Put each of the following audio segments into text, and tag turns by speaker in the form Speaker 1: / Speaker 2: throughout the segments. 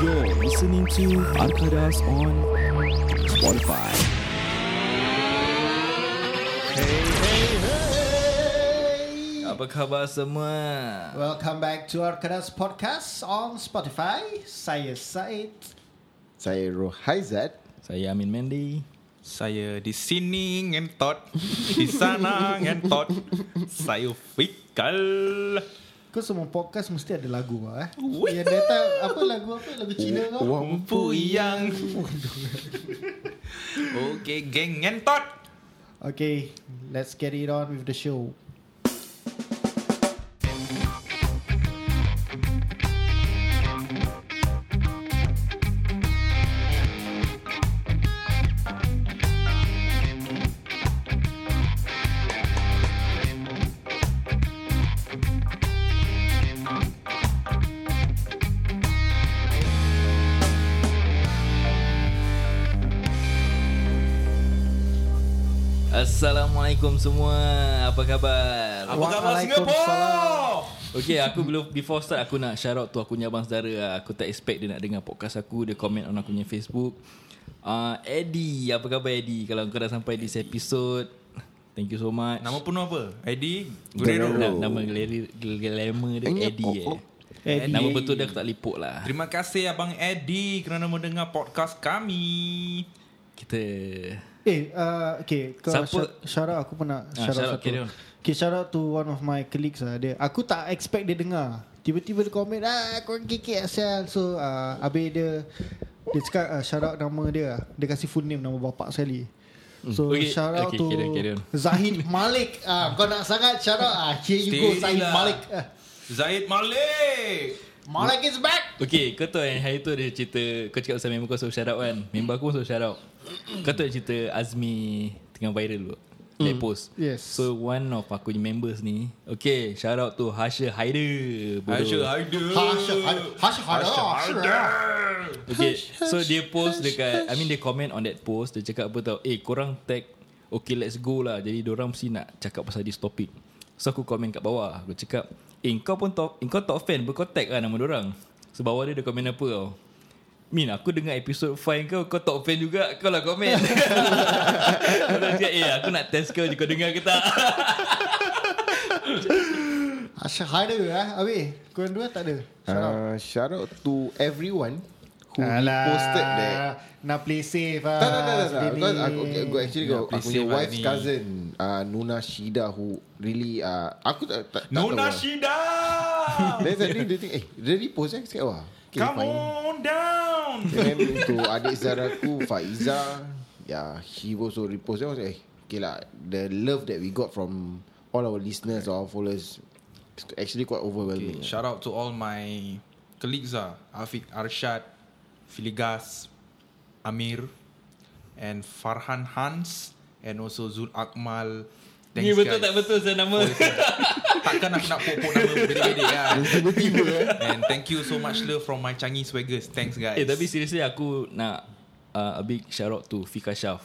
Speaker 1: You're listening to Arkadas on Spotify.
Speaker 2: Apa khabar semua?
Speaker 3: Welcome back to Arkadas Podcast on Spotify. Saya Said.
Speaker 4: Saya Rohaizat
Speaker 2: Saya Amin Mendy.
Speaker 5: Saya di sini ngentot Di sana ngentot Saya fikal
Speaker 3: Kau semua podcast mesti ada lagu lah eh. Yang data apa lagu apa lagu Cina kau?
Speaker 5: Mampu yang Okay geng ngentot
Speaker 3: Okay, let's get it on with the show.
Speaker 2: Assalamualaikum semua. Apa khabar?
Speaker 5: Apa khabar
Speaker 3: Waalaikumsalam.
Speaker 5: Singapura?
Speaker 2: Okay, aku belum before start aku nak shout out tu aku punya abang saudara. lah. Aku tak expect dia nak dengar podcast aku. Dia komen on aku punya Facebook. Uh, Eddie, apa khabar Eddie? Kalau kau dah sampai this episode, thank you so much.
Speaker 5: Nama penuh apa? Eddie
Speaker 2: Na-
Speaker 5: Guerrero
Speaker 2: nama glari- glamour dia Eddie eh.
Speaker 3: Eddie.
Speaker 2: Nama betul dia aku tak lipuk lah.
Speaker 5: Terima kasih Abang Eddie Kerana mendengar podcast kami
Speaker 2: Kita
Speaker 3: Eh, uh, okay. Kau
Speaker 2: Siapa-
Speaker 3: Siapa? Shout out aku pun nak
Speaker 2: Ah,
Speaker 3: shout
Speaker 2: shout out,
Speaker 3: out
Speaker 2: carry
Speaker 3: satu.
Speaker 2: on.
Speaker 3: Okay, shout out to one of my colleagues lah. Dia, aku tak expect dia dengar. Tiba-tiba dia komen, ah, kau kikik asal. So, uh, habis dia, dia cakap uh, shout out nama dia. lah. Dia kasih full name nama bapak sekali.
Speaker 2: Hmm. Okay,
Speaker 3: So, okay, shout out
Speaker 2: okay,
Speaker 3: okay, to
Speaker 2: carry on, carry on. Hmm.
Speaker 3: Zahid Malik. Ah, kau nak sangat shout out. Ah, here you go,
Speaker 5: Steady
Speaker 3: Zahid
Speaker 5: lah.
Speaker 3: Malik. Ah,
Speaker 5: Zaid Malik
Speaker 3: Malik is back.
Speaker 2: Okay kau tahu yang hari tu dia cerita Kau cakap pasal member kau suruh shout out kan Member aku pun suruh shout out Kau tahu yang cerita Azmi Tengah viral dulu Late post
Speaker 3: Yes.
Speaker 2: So one of aku punya members ni Okay shout out to Hasha Haider bodoh.
Speaker 5: Hasha Haider
Speaker 3: Hasha Haider. Hasha Haider.
Speaker 2: Okay so dia post dekat I mean dia comment on that post Dia cakap apa tau Eh korang tag Okay let's go lah Jadi diorang mesti nak cakap pasal this topic So aku komen kat bawah Aku cakap Eh kau pun top eh, Kau top fan Kau tag lah nama diorang So bawah dia dia komen apa tau Min aku dengar episod Fine kau Kau top fan juga Kau lah komen Aku dah cakap Eh aku nak test kau je Kau dengar ke tak
Speaker 3: Hasha Haider. Ah. Habis, korang dua tak ada? Shout out.
Speaker 4: uh, Shout out to everyone Who
Speaker 3: Alah,
Speaker 4: posted that
Speaker 3: Nak play safe lah
Speaker 4: Tak, tak, tak, tak, tak.
Speaker 3: sendiri.
Speaker 4: Because aku, okay, aku actually
Speaker 5: Nak
Speaker 4: kau,
Speaker 5: play
Speaker 4: aku punya
Speaker 5: safe lah
Speaker 4: wife's
Speaker 5: ni.
Speaker 4: cousin uh, Nuna Shida who really uh, aku tak tak, tak
Speaker 5: Nona
Speaker 4: tahu. lah.
Speaker 5: Shida
Speaker 4: Then suddenly dia think eh dia repost eh sikit wah. Okay,
Speaker 5: Come
Speaker 4: fine.
Speaker 5: on down
Speaker 4: Then untuk adik saudaraku Faiza yeah, he also repost Then I was like eh, Okay lah The love that we got from All our listeners Our followers is Actually quite
Speaker 5: Okay,
Speaker 4: overwhelming okay.
Speaker 5: shout out to all my colleagues ah, Afiq Arshad, Filigas, Amir, and Farhan Hans, and also Zul Akmal. Thanks,
Speaker 2: Ni betul
Speaker 5: guys.
Speaker 2: tak betul saya nama
Speaker 5: Takkan aku nak pokok nama beda-beda ya.
Speaker 4: Tiba-tiba eh
Speaker 5: And thank you so much love from my Changi Swaggers. Thanks guys.
Speaker 2: Eh tapi seriously aku nak uh, a big shout out to Fika Syaf.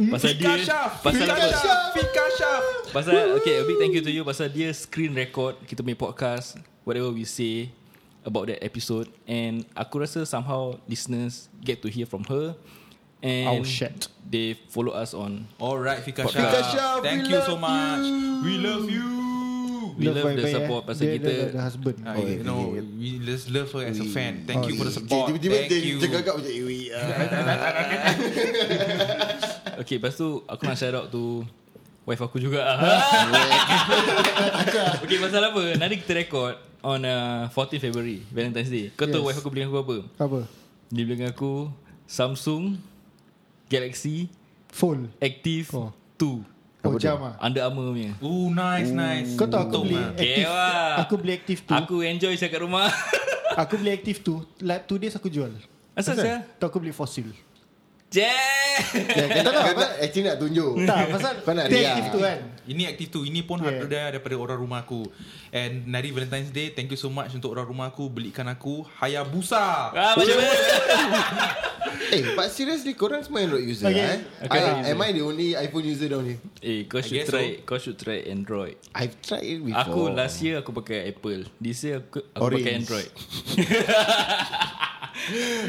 Speaker 2: Pasal
Speaker 5: Hmm? Fika
Speaker 2: dia
Speaker 5: Syaf,
Speaker 2: eh, pasal
Speaker 5: Fika
Speaker 2: apa?
Speaker 5: Syaf, Fika Syaf.
Speaker 2: Pasal okay, a big thank you to you pasal dia screen record kita punya podcast whatever we say about that episode and aku rasa somehow listeners get to hear from her and
Speaker 3: Oh, shit.
Speaker 2: they follow us on
Speaker 5: Alright Fika Syaf.
Speaker 2: Fika
Speaker 4: Syaf,
Speaker 5: Thank you
Speaker 4: we love
Speaker 5: so much. We love you.
Speaker 2: we
Speaker 3: Love
Speaker 2: love the
Speaker 3: baik-baik,
Speaker 2: support
Speaker 3: eh.
Speaker 2: pasal
Speaker 3: Dia-
Speaker 2: kita
Speaker 3: dia- dia- dia husband.
Speaker 5: Ah,
Speaker 4: Oh.
Speaker 5: you know, we just love her as a fan. Thank you for the
Speaker 4: Dia
Speaker 5: support.
Speaker 4: Oh, Tiba-tiba
Speaker 5: Thank
Speaker 4: dia
Speaker 5: you.
Speaker 4: cakap kat macam eh, we, uh,
Speaker 2: Okay lepas tu Aku nak shout out to Wife aku juga Okay pasal apa Nanti kita record On uh, 14 February Valentine's Day Kau tahu
Speaker 3: Yes.
Speaker 2: wife aku belikan aku apa
Speaker 3: Apa?
Speaker 2: Dia belikan aku Samsung Galaxy
Speaker 3: Full.
Speaker 2: Active
Speaker 3: Oh.
Speaker 2: 2
Speaker 3: Oh, jam ah.
Speaker 2: Under Armour punya
Speaker 5: Ooh, nice, nice.
Speaker 3: Kau tahu aku
Speaker 5: Betul, ah.
Speaker 3: beli
Speaker 5: Mak.
Speaker 2: Okay
Speaker 3: aktif.
Speaker 2: lah
Speaker 3: Aku beli aktif tu.
Speaker 2: Aku enjoy saya kat rumah
Speaker 3: Aku beli aktif tu. Like two days aku jual.
Speaker 2: Asal saya
Speaker 3: Tu aku beli fosil.
Speaker 2: Jack
Speaker 4: yeah, Kau tak nak Actually nak tunjuk
Speaker 3: Tak, pasal
Speaker 4: Kau nak ah.
Speaker 3: dia
Speaker 4: riak
Speaker 3: aktif tu kan.
Speaker 5: Ini aktif tu Ini pun yeah.
Speaker 3: Yeah.
Speaker 5: hadiah daripada orang rumah aku And Nari Valentine's Day Thank you so much Untuk orang rumah aku Belikan aku Hayabusa
Speaker 2: ah, Macam mana
Speaker 4: Eh but seriously Korang semua Android user
Speaker 3: Okay.
Speaker 4: eh?
Speaker 2: Okay.
Speaker 4: I, Am I the only iPhone user down here
Speaker 2: Eh kau should
Speaker 5: guess
Speaker 2: try Kau should try Android
Speaker 4: I've tried it before
Speaker 2: Aku last year aku pakai Apple This year aku, aku
Speaker 4: Orange.
Speaker 2: pakai Android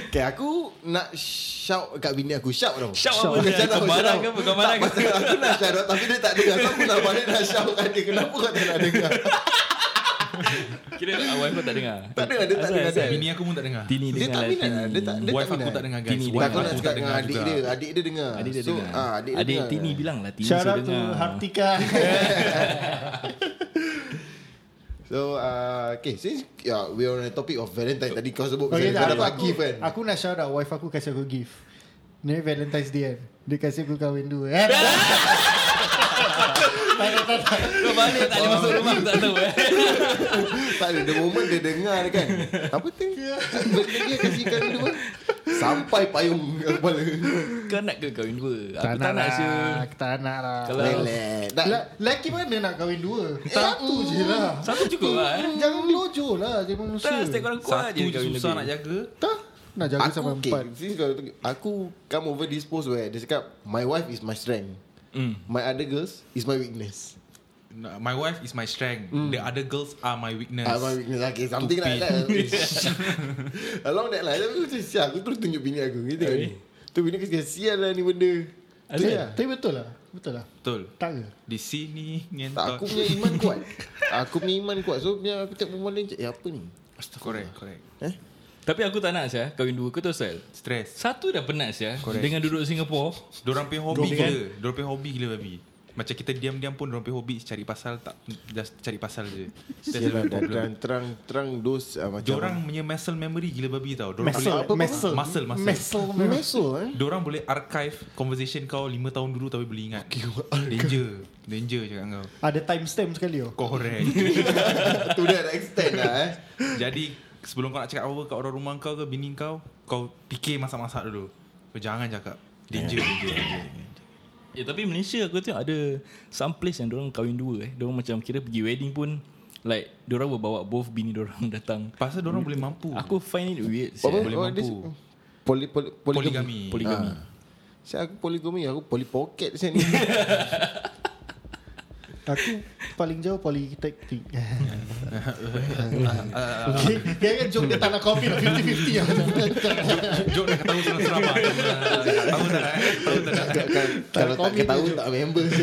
Speaker 4: Okay aku Nak shout Kat bini aku Shout tau
Speaker 2: Shout
Speaker 4: Kau
Speaker 2: apa dia?
Speaker 4: shout
Speaker 2: Kau
Speaker 4: out,
Speaker 2: marah
Speaker 4: shout
Speaker 2: ke
Speaker 4: out.
Speaker 2: apa? Kau marah
Speaker 4: Tak, pasal Aku nak shout out Tapi dia tak dengar So aku nak balik Nak shout kat dia Kenapa kau tak nak dengar
Speaker 2: Kira awal kau tak dengar
Speaker 4: Tak dengar Dia tak
Speaker 2: Asal,
Speaker 4: dengar
Speaker 2: asal.
Speaker 4: dia.
Speaker 5: Bini aku pun tak dengar
Speaker 2: Tini
Speaker 4: Dia
Speaker 2: dengar
Speaker 4: tak
Speaker 2: lah,
Speaker 4: minat lah.
Speaker 2: Tini.
Speaker 4: Dia tak Dia
Speaker 5: Wife
Speaker 4: tak
Speaker 5: aku
Speaker 4: minat
Speaker 5: tak dengar guys
Speaker 2: Tini
Speaker 5: Wife
Speaker 4: Aku nak
Speaker 5: aku
Speaker 4: cakap
Speaker 5: tak
Speaker 4: dengan
Speaker 5: dengar
Speaker 4: adik
Speaker 5: juga
Speaker 4: dia Adik dia dengar
Speaker 2: Adik dia
Speaker 4: So,
Speaker 2: dengar
Speaker 4: ah, Adik dia
Speaker 2: Adik
Speaker 4: dengar
Speaker 2: Tini bilang lah Tini
Speaker 3: Shout
Speaker 2: suruh
Speaker 3: out to
Speaker 2: dengar.
Speaker 3: Hartika
Speaker 4: So uh, Okay Since yeah, We're on the topic of Valentine Tadi kau sebut
Speaker 3: Okay tak
Speaker 4: pasal Kau
Speaker 3: aku,
Speaker 4: dapat
Speaker 3: aku,
Speaker 4: gift kan
Speaker 3: aku nak shout out Wife aku kasih aku gift Ni Valentine's Day kan Dia kasih aku kahwin dua eh,
Speaker 2: Kau balik tak boleh masuk rumah Tak tahu eh
Speaker 4: Tak ada The moment dia dengar kan Apa tu
Speaker 3: Ya.
Speaker 4: Benda dia kasihkan dua Sampai payung kat kepala
Speaker 2: Kau nak ke kahwin dua Aku tak
Speaker 3: Tak nak
Speaker 2: nak
Speaker 3: lah
Speaker 2: sya
Speaker 3: Aku tak nak lah
Speaker 2: Kalau-
Speaker 4: Lelek Tak
Speaker 3: La- Lelaki mana nak kahwin dua Satu je lah
Speaker 2: Satu cukup lah eh
Speaker 3: Jangan lojo lah Dia manusia
Speaker 2: Tak setiap korang kuat
Speaker 5: Satu
Speaker 2: je
Speaker 5: je
Speaker 2: kahwin
Speaker 5: susah nak
Speaker 2: lebih
Speaker 5: jaga
Speaker 3: Tak Nak jaga
Speaker 4: Aku
Speaker 3: sampai
Speaker 4: okay,
Speaker 3: empat
Speaker 4: since kau tengok, Aku come over this post where Dia cakap My wife is my strength
Speaker 2: Hmm.
Speaker 4: My other girls Is my weakness
Speaker 5: No, My wife is my strength
Speaker 4: Hmm.
Speaker 5: The other girls are my weakness
Speaker 4: Ah, my weakness Okay something like that Along that line Tapi aku macam sial Aku terus tunjuk bini aku Kita tengok ni Tu bini aku cakap Sial lah ni benda
Speaker 3: Tapi- Tapi betul lah Betul lah
Speaker 5: Betul
Speaker 3: Tak ke
Speaker 5: Di sini
Speaker 4: Tak aku punya iman kuat Aku punya iman kuat So bila aku tengok perempuan lain cakap, Eh apa ni
Speaker 5: Correct correct
Speaker 4: Eh
Speaker 2: Tapi aku tak nak sya Kahwin dua Kau tahu sel
Speaker 5: Stress
Speaker 2: Satu dah penat sya
Speaker 5: Correct.
Speaker 2: Dengan duduk Singapore
Speaker 5: Diorang punya hobi
Speaker 2: Dorang-
Speaker 5: gila Diorang punya hobi gila babi macam kita diam-diam pun Diorang punya hobi Cari pasal tak Just cari pasal je That's
Speaker 4: Sial
Speaker 5: the
Speaker 4: lah
Speaker 5: problem
Speaker 4: Dan terang-terang dos ah, Macam
Speaker 5: Diorang punya muscle memory Gila babi tau Diorang
Speaker 3: Muscle
Speaker 5: boleh
Speaker 4: apa?
Speaker 3: Muscle
Speaker 5: Muscle, muscle.
Speaker 3: Muscle memang.
Speaker 4: Meso eh
Speaker 5: Diorang boleh archive Conversation kau 5 tahun dulu Tapi boleh ingat Danger Danger cakap kau
Speaker 3: Ada timestamp sekali oh
Speaker 5: Correct
Speaker 4: Tu dah nak extend lah eh
Speaker 5: Jadi Sebelum kau nak cakap apa Kat orang rumah kau ke Bini kau Kau fikir masak-masak dulu Kau jangan cakap Danger danger, danger, danger.
Speaker 2: Ya tapi Malaysia aku tengok ada some place yang orang kahwin dua eh. Orang macam kira pergi wedding pun like orang will bawa both bini orang datang.
Speaker 5: Pasal orang boleh mampu
Speaker 2: Aku find it weird.
Speaker 4: Apa?
Speaker 2: Siapa?
Speaker 5: Boleh
Speaker 4: Oh, dia
Speaker 5: mampu.
Speaker 4: cakap, Poli, poli,
Speaker 5: Poligami.
Speaker 4: poligami.
Speaker 2: Poligami.
Speaker 4: Ah. Saya aku poligami, aku poli pocket saya ni.
Speaker 3: Aku paling jauh polytechnic Okay Dia kan joke dia tak nak copy 50-50 lah.
Speaker 5: Jok dah tahu seram-seram ah. Tahu tak eh? Tahu tak eh?
Speaker 4: Kan- kan- Kalau
Speaker 3: komen
Speaker 4: tak ketahui
Speaker 3: je.
Speaker 4: tak member.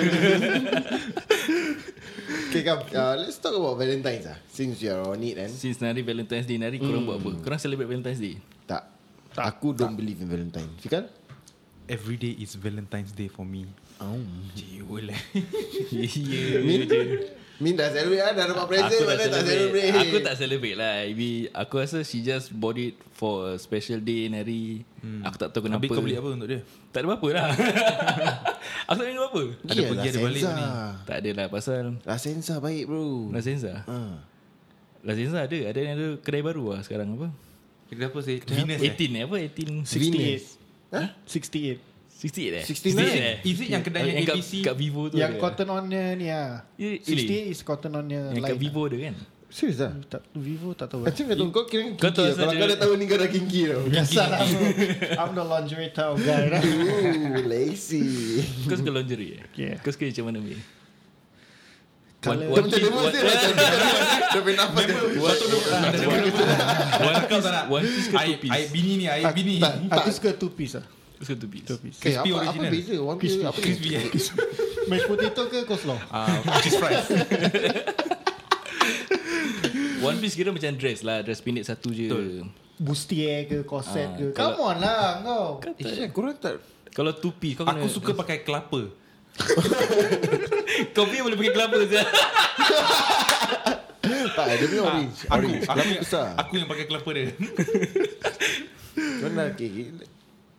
Speaker 4: okay, come. Uh, let's talk about Valentine's lah. Since you are on it kan.
Speaker 2: Since nari Valentine's Day nari korang buat
Speaker 5: Hmm.
Speaker 2: apa? Korang celebrate Valentine's Day?
Speaker 4: Tak. Aku don't believe in Valentine. Fikal?
Speaker 5: Every day is Valentine's Day for me
Speaker 4: Oh.
Speaker 5: Jiwa lah
Speaker 2: Ya.
Speaker 4: Min dah celebrate lah. Dah dapat present.
Speaker 2: Aku tak
Speaker 4: mana tak
Speaker 2: celebrate.
Speaker 4: celebrate.
Speaker 2: Aku tak celebrate lah. Ibi aku rasa she just bought it for a special day nari. Aku tak tahu kenapa.
Speaker 5: Hmm. Habis kau beli apa untuk dia?
Speaker 2: Tak ada apa-apa lah. aku tak minum apa.
Speaker 5: Ada pergi,
Speaker 4: lah
Speaker 5: ada balik ni.
Speaker 2: Tak ada lah pasal
Speaker 4: Rasensa baik bro.
Speaker 2: Lazenza.
Speaker 4: Ha.
Speaker 2: Lazenza ada. Ada yang ada kedai baru lah sekarang apa?
Speaker 5: Kedai apa sih? Venus eh?
Speaker 2: 18 eh apa 18
Speaker 3: eh.
Speaker 4: Venus.
Speaker 3: 68 68
Speaker 2: 68 eh
Speaker 4: 69.
Speaker 5: Is it yang kedai yang
Speaker 2: kat-
Speaker 5: ABC?
Speaker 2: Kat Vivo tu
Speaker 3: Yang
Speaker 2: ada.
Speaker 3: cotton on nya ni lah
Speaker 2: Eh, really?
Speaker 3: 68 is cotton on nya
Speaker 2: Yang kat
Speaker 3: lain
Speaker 2: Vivo ada kan
Speaker 4: Serius lah?
Speaker 3: tak, Vivo tak tahu eh.
Speaker 4: Macam kau tahu kau kira kinky
Speaker 2: Kau tahu
Speaker 4: lah. Kalau
Speaker 2: saja-
Speaker 4: kau dah tahu ni kau dah kinky tau
Speaker 3: Biasa lah bro. I'm the lingerie tau guy lah.
Speaker 4: Ooh, lazy
Speaker 2: Kau suka lingerie eh
Speaker 3: Yeah.
Speaker 2: Kau suka macam mana Mei
Speaker 3: Colour.
Speaker 4: Dia macam dia mesti macam Dia punya nafas dia
Speaker 5: One piece tak nak?
Speaker 2: One piece ke two
Speaker 5: Aib-
Speaker 2: piece?
Speaker 5: Aib lah. bini ni Aib
Speaker 3: Aku-
Speaker 5: bini
Speaker 3: tak, Aku suka two piece lah
Speaker 2: Kau suka two piece
Speaker 3: Two piece
Speaker 4: Okay, Eh, apa, apa
Speaker 5: original.
Speaker 4: beza? One
Speaker 3: Crispy.
Speaker 4: beza apa ni?
Speaker 5: Crispy eh?
Speaker 3: Mashed potato ke coleslaw
Speaker 5: Ah, Cheese fries
Speaker 2: One piece kira macam dress lah Dress pendek satu je
Speaker 3: Bustier ke corset ke
Speaker 2: Ah, kalau-
Speaker 3: Come on lah kau
Speaker 4: Eh, Syah, korang tak
Speaker 2: Kalau two piece kau
Speaker 5: Aku
Speaker 2: kena
Speaker 5: suka pakai kelapa
Speaker 2: Kau punya boleh pakai kelapa je
Speaker 4: Tak, dia punya orange
Speaker 5: Aku
Speaker 4: Orange,
Speaker 5: aku,
Speaker 4: kelapa besar
Speaker 5: aku yang pakai kelapa dia
Speaker 4: Kau nak, okay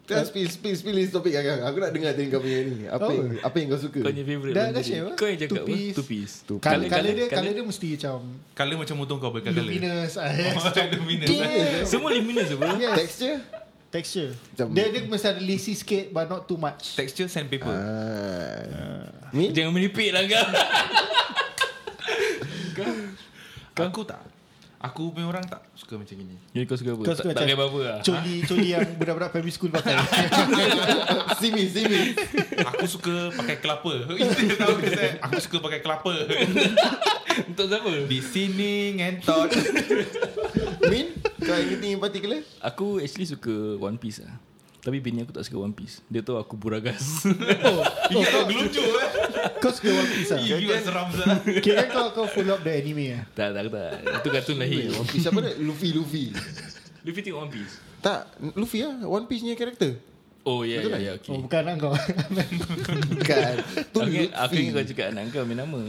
Speaker 4: Kita spill, spill, spill this topic agak Aku nak dengar tadi kau punya ni Apa
Speaker 3: Apa?
Speaker 4: yang, apa yang kau suka?
Speaker 2: Kau punya favourite
Speaker 3: Dah-
Speaker 2: lingerie.
Speaker 3: dah share apa?
Speaker 2: Kau yang cakap
Speaker 3: Two
Speaker 2: apa?
Speaker 3: piece.
Speaker 2: Two piece
Speaker 3: Kala, kala, dia,
Speaker 2: colour-
Speaker 3: kala dia mesti macam
Speaker 5: Color macam motor kau pakai color
Speaker 3: Luminous eh.
Speaker 5: Luminous
Speaker 2: Oh, Semua luminous apa
Speaker 3: Yes.
Speaker 4: Texture?
Speaker 3: Texture
Speaker 4: Macam-
Speaker 3: Dia dia mesti ada lacy sikit But not too much
Speaker 5: Texture sandpaper
Speaker 4: Ah. Ni?
Speaker 2: Jangan melipit lah kau
Speaker 5: Aku tak Aku punya orang tak suka macam gini
Speaker 2: Jadi kau suka apa?
Speaker 3: Kau
Speaker 2: tak, tak
Speaker 3: suka macam
Speaker 2: pakai apa-apa lah
Speaker 3: Coli Coli yang budak-budak primary school pakai Oh,
Speaker 4: Simi, simi
Speaker 5: Aku suka pakai kelapa Itu dia tahu ke saya Aku suka pakai kelapa
Speaker 2: Untuk siapa?
Speaker 5: Di sini ngentot
Speaker 4: Min? Kau anything in particular?
Speaker 2: Aku actually suka One Piece lah Tapi bini aku tak suka One Piece Dia tahu aku buragas
Speaker 5: Ingat kau geluncur eh
Speaker 3: oh, Kau suka One Piece lah
Speaker 5: You guys seram lah
Speaker 3: Kira kau kau follow up the anime lah
Speaker 2: Tak tak tak Itu kartun lahir
Speaker 4: Eh, One Piece apa dia? Luffy, Luffy.
Speaker 2: Luffy tengok One Piece
Speaker 4: tak, Luffy lah. One Piece punya karakter.
Speaker 2: Oh ya ya
Speaker 4: Betul kan?
Speaker 2: ya
Speaker 3: Oh
Speaker 2: okay
Speaker 3: bukan lah kau
Speaker 4: Bukan. Tu
Speaker 2: Aku ingat, aku
Speaker 4: Luffy.
Speaker 2: ingat kau cakap anak kau main nama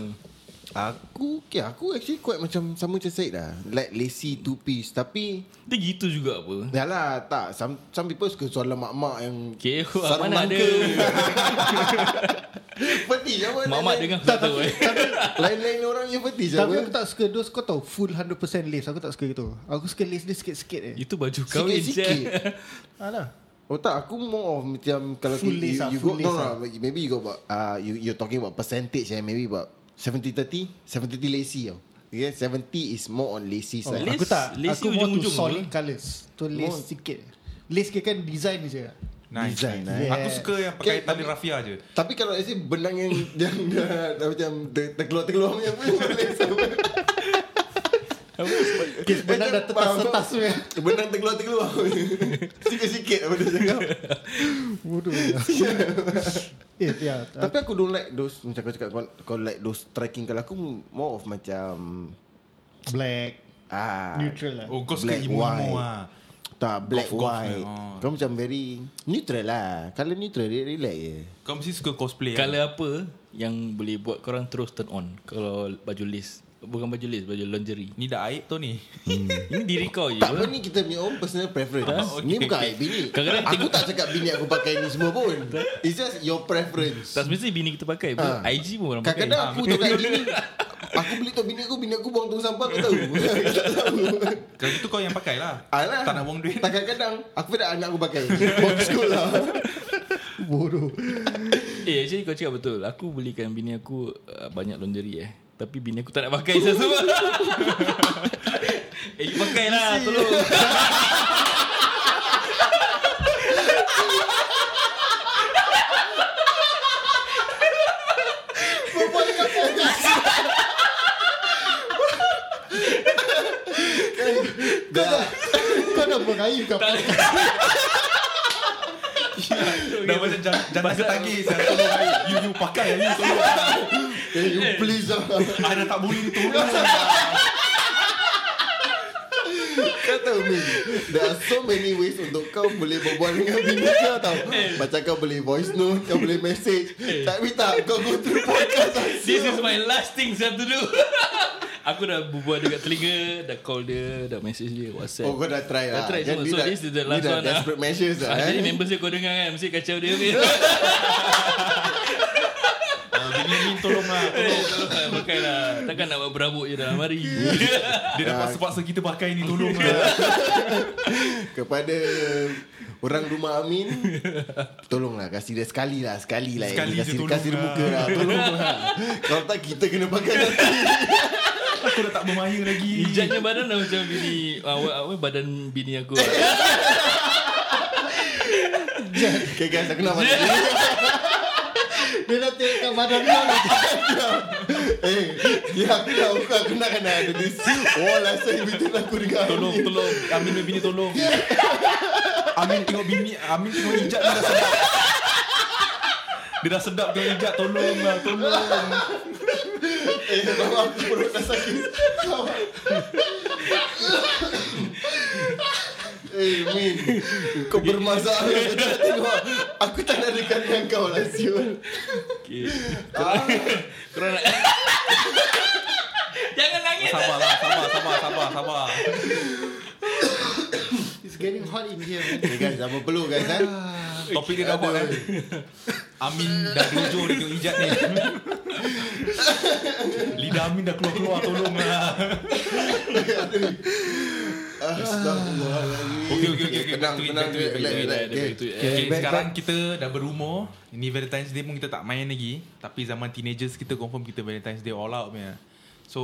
Speaker 4: Aku okay, Aku actually quite macam Sama macam Syed lah Like lacy two piece Tapi
Speaker 2: Dia gitu juga apa
Speaker 4: Dah lah tak some, some people suka soalan mak-mak yang
Speaker 2: Okay,
Speaker 4: sarung
Speaker 2: mana ada
Speaker 4: nangka. Fetish apa
Speaker 2: Mamak
Speaker 4: lain-lain-
Speaker 2: dengan satu eh
Speaker 4: Lain-lain orang yang fetish
Speaker 3: Tapi
Speaker 4: apa
Speaker 3: aku tak suka those Kau tahu full 100% lace Aku tak suka itu Aku suka lace dia sikit-sikit eh
Speaker 2: Itu baju kahwin
Speaker 4: Sikit-sikit
Speaker 2: je
Speaker 5: Ah,
Speaker 3: Alah
Speaker 5: lah.
Speaker 4: Oh tak aku more of Macam Kalau
Speaker 3: Full
Speaker 4: you,
Speaker 3: lace lah,
Speaker 4: you, you
Speaker 3: full
Speaker 4: go
Speaker 3: lace
Speaker 4: no,
Speaker 3: lah.
Speaker 4: no, Maybe you go about uh, you, You're talking about percentage eh, Maybe about 70-30 70 lacy tau Okay 70 is more on lacy
Speaker 3: oh,
Speaker 4: side
Speaker 2: Lace-
Speaker 3: Aku tak
Speaker 2: lace
Speaker 3: Aku
Speaker 2: dia
Speaker 3: more to
Speaker 2: ujung-ujung
Speaker 3: solid
Speaker 2: apa?
Speaker 3: colours Tu lace
Speaker 4: More-
Speaker 3: sikit Lace dia kan design je
Speaker 5: Nice
Speaker 4: Design, kan. eh.
Speaker 5: Aku
Speaker 3: Yes.
Speaker 5: suka yang pakai
Speaker 4: Okay,
Speaker 5: tali
Speaker 4: tapi-
Speaker 5: rafia je
Speaker 4: Tapi kalau actually benang yang yang dah, dah macam ter- terkeluar-terkeluar punya pun boleh sama.
Speaker 3: Kes benar dah tetas-tetas punya.
Speaker 4: Benang terkeluar-terkeluar. Sikit-sikit apa dia cakap.
Speaker 3: Bodoh lah. Eh ya
Speaker 4: Tapi aku don't like those macam kau cakap kau, kau like those striking kalau aku more of macam
Speaker 3: Black
Speaker 4: ah
Speaker 3: Neutral lah
Speaker 5: Oh kau suka
Speaker 4: Black,
Speaker 5: emo
Speaker 4: white.
Speaker 5: lah
Speaker 4: tak black
Speaker 5: Golf, golf
Speaker 4: white.
Speaker 5: ni, oh.
Speaker 4: Kau macam very neutral lah. Kalau neutral dia relax je.
Speaker 5: Kau mesti suka cosplay kan?
Speaker 2: Colour apa Yang boleh buat korang terus turn on Kalau baju lace Bukan baju lace Baju lingerie
Speaker 5: ah. Ni dah aib tu ni
Speaker 2: Ini diri kau je
Speaker 4: Tak apa ni kita punya own personal preference.
Speaker 5: Oh, okay,
Speaker 4: ni bukan
Speaker 5: okay.
Speaker 4: aib bini.
Speaker 2: Kadang-kadang
Speaker 4: Aku
Speaker 2: tengok-
Speaker 4: tak cakap bini aku pakai ni semua pun. It's just your preference.
Speaker 2: Tak semestinya bini kita pakai ha.
Speaker 4: Ha.
Speaker 2: IG pun orang pakai
Speaker 5: Ah,
Speaker 4: Kadang-kadang aku cakap gini Aku beli tu bini aku Bini aku buang tong sampah Aku tahu Aku tak tahu
Speaker 5: Kalau gitu kau yang pakai lah
Speaker 4: Alah
Speaker 5: Tak nak buang duit
Speaker 4: Tak kadang-kadang Aku minta anak aku pakai Buang ke sekolah
Speaker 3: Bodoh
Speaker 2: Eh actually kau cakap betul Aku belikan bini aku uh, Banyak lingerie eh Tapi bini aku tak nak pakai Saya semua Eh you pakai lah Tolong
Speaker 4: Perempuan dengan perempuan Kau dah
Speaker 3: Kau nak merayu kau
Speaker 5: Dah macam jan- jantan ketagih Saya ah. tolong aib You you pakai You tolong
Speaker 4: Eh you please lah
Speaker 5: Ah dah tak boleh tu
Speaker 4: Kau tahu Min There are so many ways Untuk kau boleh berbual dengan bini kau tau
Speaker 2: Eh.
Speaker 4: Macam kau boleh voice note Kau boleh message Tapi tak Kau go through podcast
Speaker 2: This is my last thing Saya to do Aku dah berbual dekat telinga Dah call dia Dah message dia Whatsapp
Speaker 4: Oh kau dah try
Speaker 2: Dah
Speaker 4: lah
Speaker 2: try semua.
Speaker 4: Kan ni
Speaker 2: So
Speaker 4: dah-
Speaker 2: this is the
Speaker 4: ni
Speaker 2: last
Speaker 4: dah
Speaker 2: one lah.
Speaker 4: Desperate measures lah
Speaker 2: Ah,
Speaker 4: eh.
Speaker 2: Jadi members dia kau dengar kan Mesti kacau dia punya. Ah,
Speaker 5: Bini ni tolong lah
Speaker 2: Eh, Tolong lah pakai lah Takkan nak buat berabuk je dalam hari
Speaker 5: Dia dapat sepaksa kita pakai ni Tolong lah
Speaker 4: Kepada Orang rumah Amin Tolonglah Kasih dia sekali lah Sekali lah
Speaker 5: Sekali je
Speaker 4: kasih,
Speaker 5: tolong
Speaker 4: kasih dia
Speaker 5: lah.
Speaker 4: muka lah Tolonglah Kalau tak kita kena pakai nanti
Speaker 5: Aku dah tak bermaya lagi
Speaker 2: Hijabnya badan dah macam bini awak awak badan bini aku. lah.
Speaker 4: Okay guys aku nak mandi
Speaker 3: Dia nak tengok kat badan kau nanti.
Speaker 4: Eh Ya aku dah aku, aku nak kena ada this Oh last time between aku dengan
Speaker 5: Tolong
Speaker 4: Amin.
Speaker 5: tolong Amin punya bini tolong Amin tengok bini Amin tengok hijab Dia dah sedap Dia dah sedap tengok hijab Tolong lah Tolong
Speaker 4: Eh bawa aku perut dah sakit Eh Min Kau bermasalah Aku tak nak tengok Aku tak nak dekat dengan kau lah Siul
Speaker 2: Okey. Korang nak Jangan nangis.
Speaker 5: Sabar lah Sabar Sabar Sabar Sabar
Speaker 3: It's getting hot in here man.
Speaker 4: Okay guys apa perlu guys ha?
Speaker 5: Topik dia dah hot kan Amin dah di hujung Dia tengok hijab ni Lidah Amin dah keluar-keluar Tolong lah
Speaker 4: Astagfirullahaladzim
Speaker 5: Okey okey okey okey.
Speaker 4: Tenang
Speaker 5: Back to it, back
Speaker 4: tenang
Speaker 5: to it, back to it,
Speaker 4: relax,
Speaker 2: Dah, dah
Speaker 4: relax.
Speaker 2: begitu, eh.
Speaker 5: Okay,
Speaker 3: back-
Speaker 5: sekarang kita dah berumur Ni Valentine's Day pun kita tak main lagi Tapi zaman teenagers kita confirm kita Valentine's Day all out punya So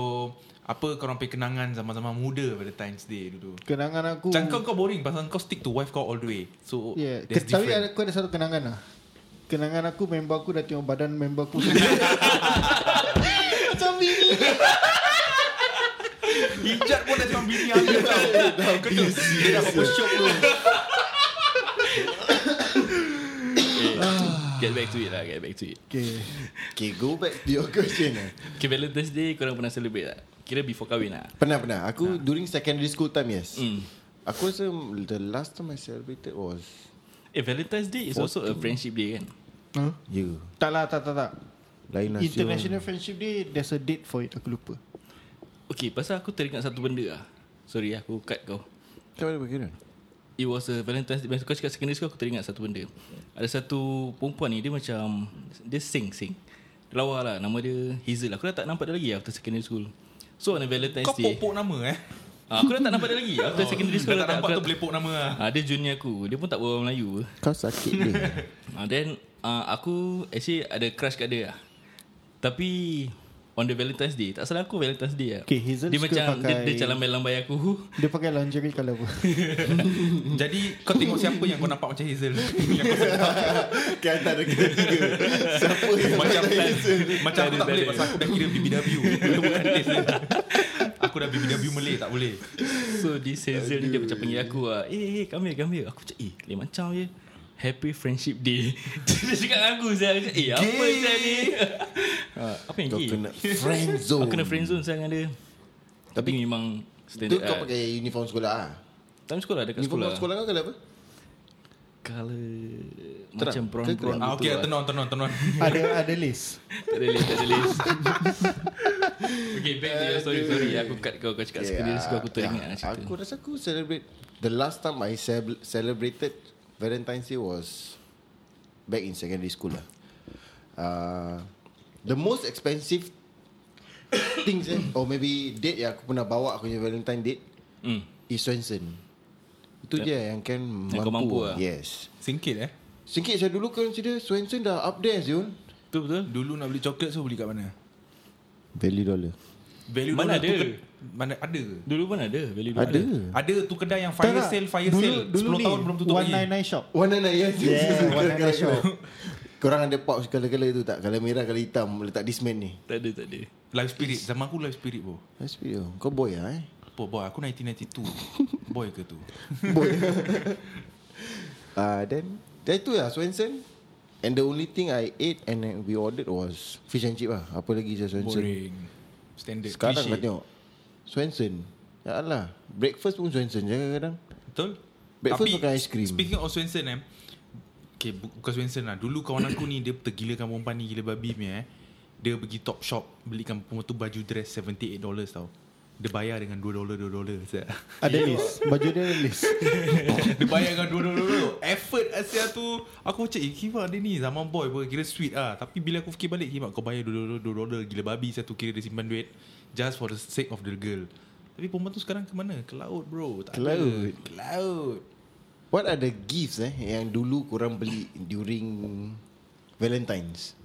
Speaker 5: Apa korang punya kenangan zaman-zaman muda Valentine's Day dulu
Speaker 3: Kenangan aku
Speaker 5: Macam kau, kau boring pasal kau stick to wife kau all the way So
Speaker 3: yeah.
Speaker 5: that's
Speaker 3: Ke- Tapi
Speaker 5: different
Speaker 3: aku ada satu kenangan lah Kenangan aku member aku dah tengok badan member aku Macam bini
Speaker 5: Hijat pun dah tengok bini aku tau Kau tu Dia dah bersyok tu
Speaker 2: Get back to it lah Get back to it
Speaker 3: Okay
Speaker 4: Okay go back to your question eh.
Speaker 2: Okay Valentine's Day Korang pernah celebrate tak? Kira before kahwin lah
Speaker 4: Pernah pernah Aku during secondary school time yes
Speaker 2: Mm.
Speaker 4: Aku rasa The last time I celebrated was
Speaker 2: Eh Valentine's Day is also a friendship day kan?
Speaker 3: huh?
Speaker 4: You
Speaker 3: Tak lah tak tak tak
Speaker 4: Lain lah Sion.
Speaker 3: International Friendship Day There's a date for it Aku lupa
Speaker 2: Okay pasal aku teringat satu benda lah Sorry aku cut kau
Speaker 4: Kau ada berkira
Speaker 2: It was a Valentine's Day Masa Kau cakap secondary school Aku teringat satu benda Ada satu perempuan ni Dia macam Dia sing sing Dia lawa lah Nama dia Hazel Aku dah tak nampak dia lagi After secondary school So on a Valentine's
Speaker 5: Kau
Speaker 2: Day
Speaker 5: pokok nama eh
Speaker 2: ah, Aku dah tak nampak dia lagi After secondary school
Speaker 5: Kau tak nampak
Speaker 2: aku
Speaker 5: tu boleh pokok nama lah
Speaker 2: Ah, dia junior aku Dia pun tak berbual Melayu
Speaker 4: Kau sakit dia
Speaker 2: Ah, Then ah, Aku Actually ada crush kat dia lah. Tapi On the Valentine's Day Tak salah aku Valentine's Day lah
Speaker 3: Okay, Hazel
Speaker 2: Dia
Speaker 3: suka
Speaker 2: macam Dia, dia
Speaker 3: pakai-
Speaker 2: macam lambai-lambai aku
Speaker 3: Dia pakai lingerie colour apa
Speaker 5: Jadi kau tengok siapa yang kau nampak macam Hazel Yang kau suka.
Speaker 4: Kau Kan, tak ada kira tiga Siapa yang
Speaker 5: Macam Macam aku
Speaker 2: Tak ada, tak
Speaker 5: tak boleh
Speaker 2: ada.
Speaker 5: Pasal aku dah kira BBW Itu bukan Hazel Aku dah BBW Malay tak boleh
Speaker 2: So this Hazel ni Dia macam panggil aku lah Eh eh come here come here Aku cakap eh lain macam je Happy Friendship Day Dia cakap dengan aku saya cakap, Eh apa
Speaker 5: Gay.
Speaker 2: saya ni Ah, Apa yang
Speaker 4: Kau
Speaker 2: gay
Speaker 4: kena friend zone
Speaker 2: Aku kena friendzone saya dengan dia Tapi memang
Speaker 4: Tu
Speaker 2: Standard
Speaker 4: kau
Speaker 2: ah.
Speaker 4: pakai uniform sekolah ah.
Speaker 2: Time sekolah dekat
Speaker 4: Uniform
Speaker 2: sekolah
Speaker 4: sekolah kau kena apa?
Speaker 2: Color Macam
Speaker 4: Terang ke
Speaker 2: brown-brown
Speaker 4: gelap?
Speaker 5: ah, Okay
Speaker 2: gitu lah.
Speaker 5: turn on turn on turn on
Speaker 3: Ada ada list
Speaker 2: Tak ada list Tak ada list Okay back to your story Sorry aku cut kau Kau cakap sekali
Speaker 4: ah,
Speaker 2: Sekali aku teringat
Speaker 4: ah,
Speaker 2: lah cerita
Speaker 4: Aku rasa aku celebrate The last time I cel- celebrated Valentine's Day was Back in secondary school lah uh, The most expensive Things eh Or maybe date yang aku pernah bawa Aku punya Valentine date
Speaker 2: Hmm.
Speaker 4: Is Swensen Itu je yang kan
Speaker 2: Yang kau mampu lah.
Speaker 4: Yes
Speaker 5: Singkit eh
Speaker 4: Singkit saya dulu consider Swensen dah up there Zul
Speaker 2: Betul betul
Speaker 5: Dulu nak beli coklat So beli kat mana
Speaker 4: Value dollar
Speaker 5: Value
Speaker 2: Mana
Speaker 5: dollar
Speaker 2: ada?
Speaker 5: tu ke- Mana ada ke
Speaker 2: Dulu pun ada Value dulu
Speaker 4: Ada
Speaker 5: Ada tu kedai yang
Speaker 3: Tak,
Speaker 5: fire
Speaker 3: tak.
Speaker 5: sale Fire
Speaker 3: dulu,
Speaker 5: sale
Speaker 3: Dulu
Speaker 5: 10
Speaker 3: ni
Speaker 5: tahun belum tutup lagi
Speaker 3: 199 shop
Speaker 4: One and yes.
Speaker 3: Yeah, one and a half shop.
Speaker 4: Korang ada pouch color-color tu tak? Color merah, color hitam letak di semen ni.
Speaker 2: Tak ada tak ada
Speaker 5: Live spirit Zaman aku live spirit bro
Speaker 4: Recipe tu. Kau boy lah eh.
Speaker 5: Boy, boy aku 1992 Boy ke tu
Speaker 4: Ah uh, then Dah itu lah Swensen And the only thing I ate And then we ordered was Fish and chip lah Apa lagi je Swensen
Speaker 5: Boring Standard
Speaker 4: Sekarang kau
Speaker 5: cliche.
Speaker 4: tengok Swensen Ya Allah Breakfast pun Swensen je kadang-kadang
Speaker 5: Betul
Speaker 4: Breakfast makan ice cream.
Speaker 5: Speaking of Swensen eh Okay bu- bukan Swensen lah Dulu kawan aku ni Dia tergilakan perempuan ni Gila babi punya eh Dia pergi top shop Belikan perempuan tu baju dress $78 tau Dia bayar dengan $2 $2 siap.
Speaker 3: Ada list Baju dia ada list
Speaker 5: Dia bayar dengan $2 tau. Effort Asia tu Aku macam Eh kira dia ni Zaman boy pun Kira sweet lah Tapi bila aku fikir balik Kira kau bayar $2 $2 Gila babi satu Kira dia simpan duit Just for the sake of the girl Tapi perempuan tu sekarang ke mana? Ke laut bro tak
Speaker 4: Ke
Speaker 5: ada.
Speaker 4: laut.
Speaker 5: Ke laut
Speaker 4: What are the gifts eh Yang dulu korang beli During Valentine's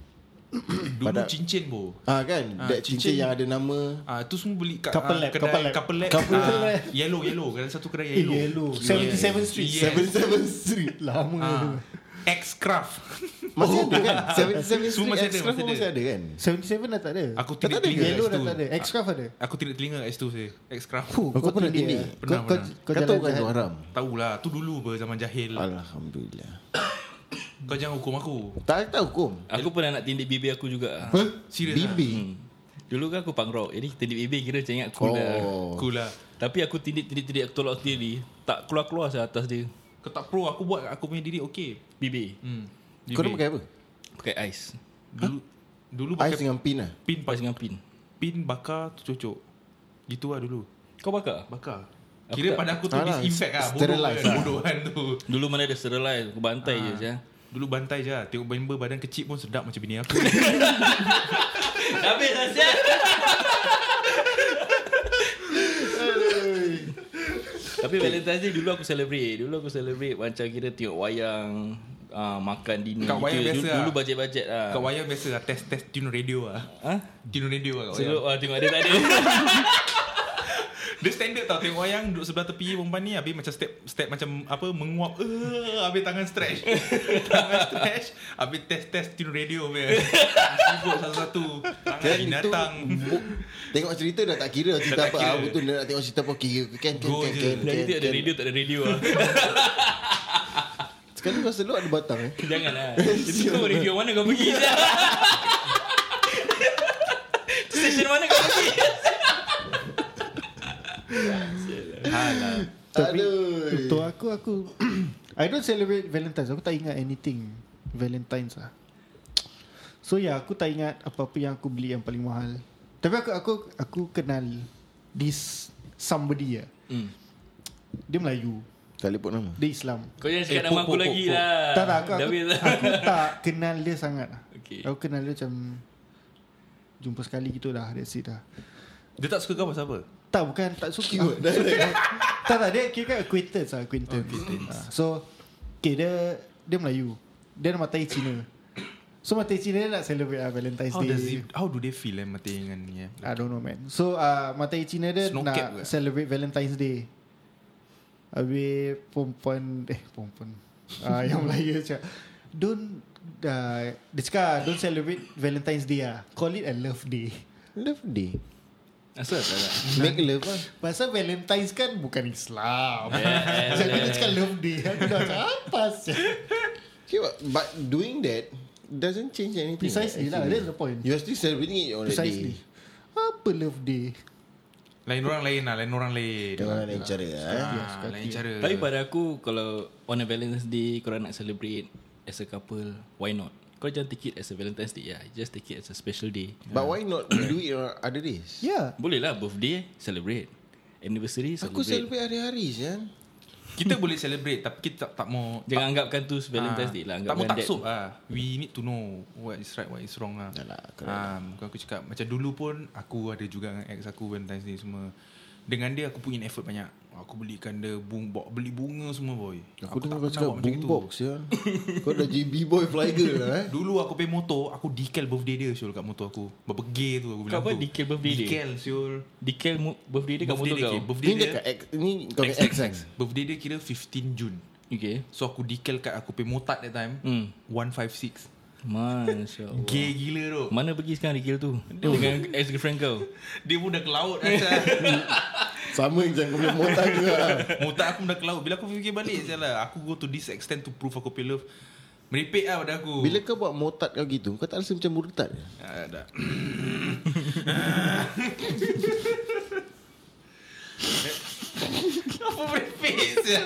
Speaker 5: Dulu
Speaker 4: Pada-
Speaker 5: cincin bro
Speaker 4: Ah kan
Speaker 5: Ah,
Speaker 4: That cincin
Speaker 5: cincin.
Speaker 4: yang ada nama
Speaker 5: Ah tu semua beli kat
Speaker 3: Couple
Speaker 5: ah,
Speaker 3: lab,
Speaker 5: kedai
Speaker 3: couple lab.
Speaker 5: couple lab.
Speaker 3: Couple
Speaker 5: Ah,
Speaker 3: lab.
Speaker 5: yellow yellow kedai satu kedai
Speaker 3: Eh, Yellow
Speaker 5: yellow. Gila.
Speaker 3: 77 Street
Speaker 5: Yes.
Speaker 4: 77 Street
Speaker 3: Lama
Speaker 5: Ah, X craft.
Speaker 4: Masih ada kan 77
Speaker 5: Semua
Speaker 4: Street
Speaker 5: masih ada,
Speaker 4: Extra pun
Speaker 5: masih
Speaker 4: masih
Speaker 5: ada.
Speaker 4: ada kan
Speaker 3: 77 dah tak ada
Speaker 5: Aku
Speaker 3: tak
Speaker 5: tirik
Speaker 3: ada
Speaker 5: telinga
Speaker 3: Yellow
Speaker 5: kat
Speaker 3: dah
Speaker 5: situ.
Speaker 3: tak ada X-Craft ada
Speaker 5: Aku tidak telinga kat situ saya. X craft.
Speaker 3: Fuh,
Speaker 4: Kau pernah
Speaker 3: tindik
Speaker 4: tindik?
Speaker 3: eh.
Speaker 5: Pernah,
Speaker 3: Kau-
Speaker 5: pernah.
Speaker 3: Kau, kau
Speaker 4: Kau
Speaker 3: jalan
Speaker 4: tahu kan tu haram
Speaker 5: Tahu lah tu dulu ber zaman jahil.
Speaker 4: Alhamdulillah
Speaker 5: Kau jangan hukum aku.
Speaker 4: Tak tahu hukum
Speaker 2: Aku pernah nak tindik bibi aku juga ah.
Speaker 5: Serius. Bibi.
Speaker 4: Bibi
Speaker 2: Hmm. Dulu kan aku punk rock Jadi tindik bibi kira macam ingat cool lah
Speaker 4: Oh.
Speaker 5: Cool lah.
Speaker 2: Tapi aku tindik-tindik-tindik Aku tolak sendiri Tak keluar-keluar saya atas dia
Speaker 5: Kau tak pro aku buat aku punya diri okey.
Speaker 2: Bibi
Speaker 5: Hmm. Bibi.
Speaker 4: Kau nak pakai apa?
Speaker 2: Pakai ais
Speaker 5: dulu dulu
Speaker 4: Ais
Speaker 5: pakai
Speaker 4: dengan pin lah
Speaker 5: pin
Speaker 2: Pas
Speaker 5: pas
Speaker 2: dengan pin
Speaker 5: pin bakar tu cocok. Gitu lah dulu.
Speaker 2: Kau bakar?
Speaker 5: Bakar.
Speaker 2: Aku
Speaker 5: Kira
Speaker 2: tak-
Speaker 5: pada aku tu
Speaker 4: Alah,
Speaker 5: disinfect lah. Bodoh
Speaker 4: sterilize
Speaker 5: kan,
Speaker 4: lah.
Speaker 5: Bodohan tu.
Speaker 2: Dulu mana ada sterilize Aku bantai
Speaker 5: Ah.
Speaker 2: je saya.
Speaker 5: Dulu bantai je lah. Tengok member badan kecil pun sedap macam bini aku
Speaker 2: Habis lah siap Tapi Valentine's Day dulu aku celebrate Dulu aku celebrate Macam kira tengok wayang uh, Makan dinner
Speaker 5: Kat wayang
Speaker 2: gitu.
Speaker 5: biasa
Speaker 2: dulu,
Speaker 5: lah.
Speaker 2: Dulu bajet-bajet lah
Speaker 5: Kat wayang biasa lah Test test tune radio lah
Speaker 2: Ha? oh,
Speaker 5: Tune radio lah kat wayang
Speaker 2: Seluruh uh, tengok ada tak ada
Speaker 5: Dia standard tau Tengok wayang Duduk sebelah tepi perempuan ni Habis macam step Step macam apa Menguap uh, Habis tangan stretch Tangan stretch Habis test-test Tune radio punya Sibuk satu-satu Tangan
Speaker 4: Kan itu
Speaker 5: binatang
Speaker 4: bu- Tengok cerita dah tak kira Cerita
Speaker 5: tak
Speaker 4: apa
Speaker 5: kira.
Speaker 4: ah, Betul dia nak tengok cerita apa Kira kan kan
Speaker 5: Go
Speaker 4: kan
Speaker 5: je.
Speaker 4: kan
Speaker 2: Dah
Speaker 4: kan,
Speaker 2: itu ada
Speaker 4: kan.
Speaker 2: radio tak ada radio lah
Speaker 4: Sekali kau selalu ada batang eh
Speaker 2: Janganlah Jadi lah. kau radio mana kau pergi Station mana kau pergi
Speaker 4: Aduh
Speaker 3: Untuk aku aku I don't celebrate Valentine's Aku tak ingat anything Valentine's lah So yeah aku tak ingat Apa-apa yang aku beli Yang paling mahal Tapi aku aku aku kenal This somebody ya.
Speaker 2: Hmm.
Speaker 3: Dia Melayu
Speaker 4: Tak boleh put nama
Speaker 3: Dia Islam
Speaker 2: Kau jangan cakap
Speaker 5: Eh,
Speaker 2: nama
Speaker 5: pok,
Speaker 2: aku
Speaker 5: pok,
Speaker 2: lagi
Speaker 5: pok.
Speaker 2: lah
Speaker 3: Tak tak aku, aku,
Speaker 2: Dah habis lah.
Speaker 3: aku tak kenal dia sangat
Speaker 2: Okay.
Speaker 3: Aku kenal dia macam Jumpa sekali gitu dah That's it dah
Speaker 5: Dia tak suka kau pasal apa?
Speaker 3: Tak bukan Tak suka Tak tak dia kira kan acquaintance lah Acquaintance, Ah, So Okay dia Dia Melayu Dia nama Matai Cina So Matai Cina dia nak celebrate lah Valentine's
Speaker 5: How
Speaker 3: Day
Speaker 5: does it, How do they feel eh Mata dengan ni eh?
Speaker 3: I don't know man So uh, Matai Cina dia
Speaker 5: Snow cap
Speaker 3: nak
Speaker 5: ke?
Speaker 3: celebrate Valentine's Day Habis perempuan Eh perempuan uh, Yang Melayu cakap Don't uh, Dia cakap Don't celebrate Valentine's Day lah Call it a love day
Speaker 4: Love day
Speaker 2: Asal tak nak
Speaker 4: Make love lah
Speaker 3: Pasal Valentine's kan bukan Islam
Speaker 2: Yes,
Speaker 3: Jadi dia
Speaker 2: yes.
Speaker 3: cakap love day Aku dah macam apa sih
Speaker 4: Okay, but, but doing that Doesn't change anything eh.
Speaker 3: Precisely lah
Speaker 4: actually.
Speaker 3: That's the point
Speaker 4: You are still celebrating it on that
Speaker 3: Precisely
Speaker 4: day
Speaker 3: Apa love day
Speaker 5: Lain orang lain lah Lain orang lain
Speaker 4: Dengan lain cara eh.
Speaker 5: ah, Lain cara
Speaker 2: Tapi pada aku Kalau on a Valentine's Day Korang nak celebrate As a couple Why not Kau jangan take it as a Valentine's Day yeah. Just take it as a special day
Speaker 4: But why not we do it on other days
Speaker 3: Yeah
Speaker 2: Boleh lah birthday Celebrate Anniversary celebrate.
Speaker 4: Aku celebrate hari-hari je
Speaker 5: Kita boleh celebrate Tapi kita tak, tak mau
Speaker 2: Jangan anggakan tu Valentine's Day lah
Speaker 5: Ah. Tak mau
Speaker 2: Anggapan that-
Speaker 5: taksub lah We need to know What is right What is wrong lah
Speaker 4: Yalah, correct.
Speaker 5: ah, Bukan aku cakap Macam dulu pun Aku ada juga dengan ex aku Valentine's Day semua Dengan dia aku punya effort banyak Aku belikan dia bung, bawa- Beli bunga semua boy
Speaker 4: Aku, dengar
Speaker 5: tak pernah
Speaker 4: kau cakap
Speaker 5: buat macam itu.
Speaker 4: boombox ya. Kau dah JB boy fly girl lah eh.
Speaker 5: Dulu aku pakai motor Aku decal birthday dia Syul kat motor aku Berapa gay tu aku bilang
Speaker 2: Kau apa
Speaker 5: tu.
Speaker 2: decal birthday dia?
Speaker 5: Decal Syul
Speaker 2: Decal mu- birthday dia kat motor
Speaker 5: dia,
Speaker 2: kau
Speaker 5: okay, birthday
Speaker 4: Ni
Speaker 5: dia
Speaker 4: dekat kan? X, ni kau kat X X.
Speaker 5: Birthday dia kira 15 Jun
Speaker 2: Okay
Speaker 5: So aku decal kat Aku pay motat that time
Speaker 2: Hmm.
Speaker 5: 156
Speaker 2: Masya Allah
Speaker 5: Gay gila tu
Speaker 2: Mana pergi sekarang decal tu Dengan ex-girlfriend kau
Speaker 5: Dia pun dah ke laut asal.
Speaker 4: Sama je kau punya motor tu lah.
Speaker 5: Mutak aku dah ke laut Bila aku fikir balik je lah Aku go to this extent To prove aku pay love Meripik lah pada aku
Speaker 4: Bila kau buat motat kau gitu, kau tak rasa macam murtad. ke?
Speaker 5: ah, dah. Apa meripik je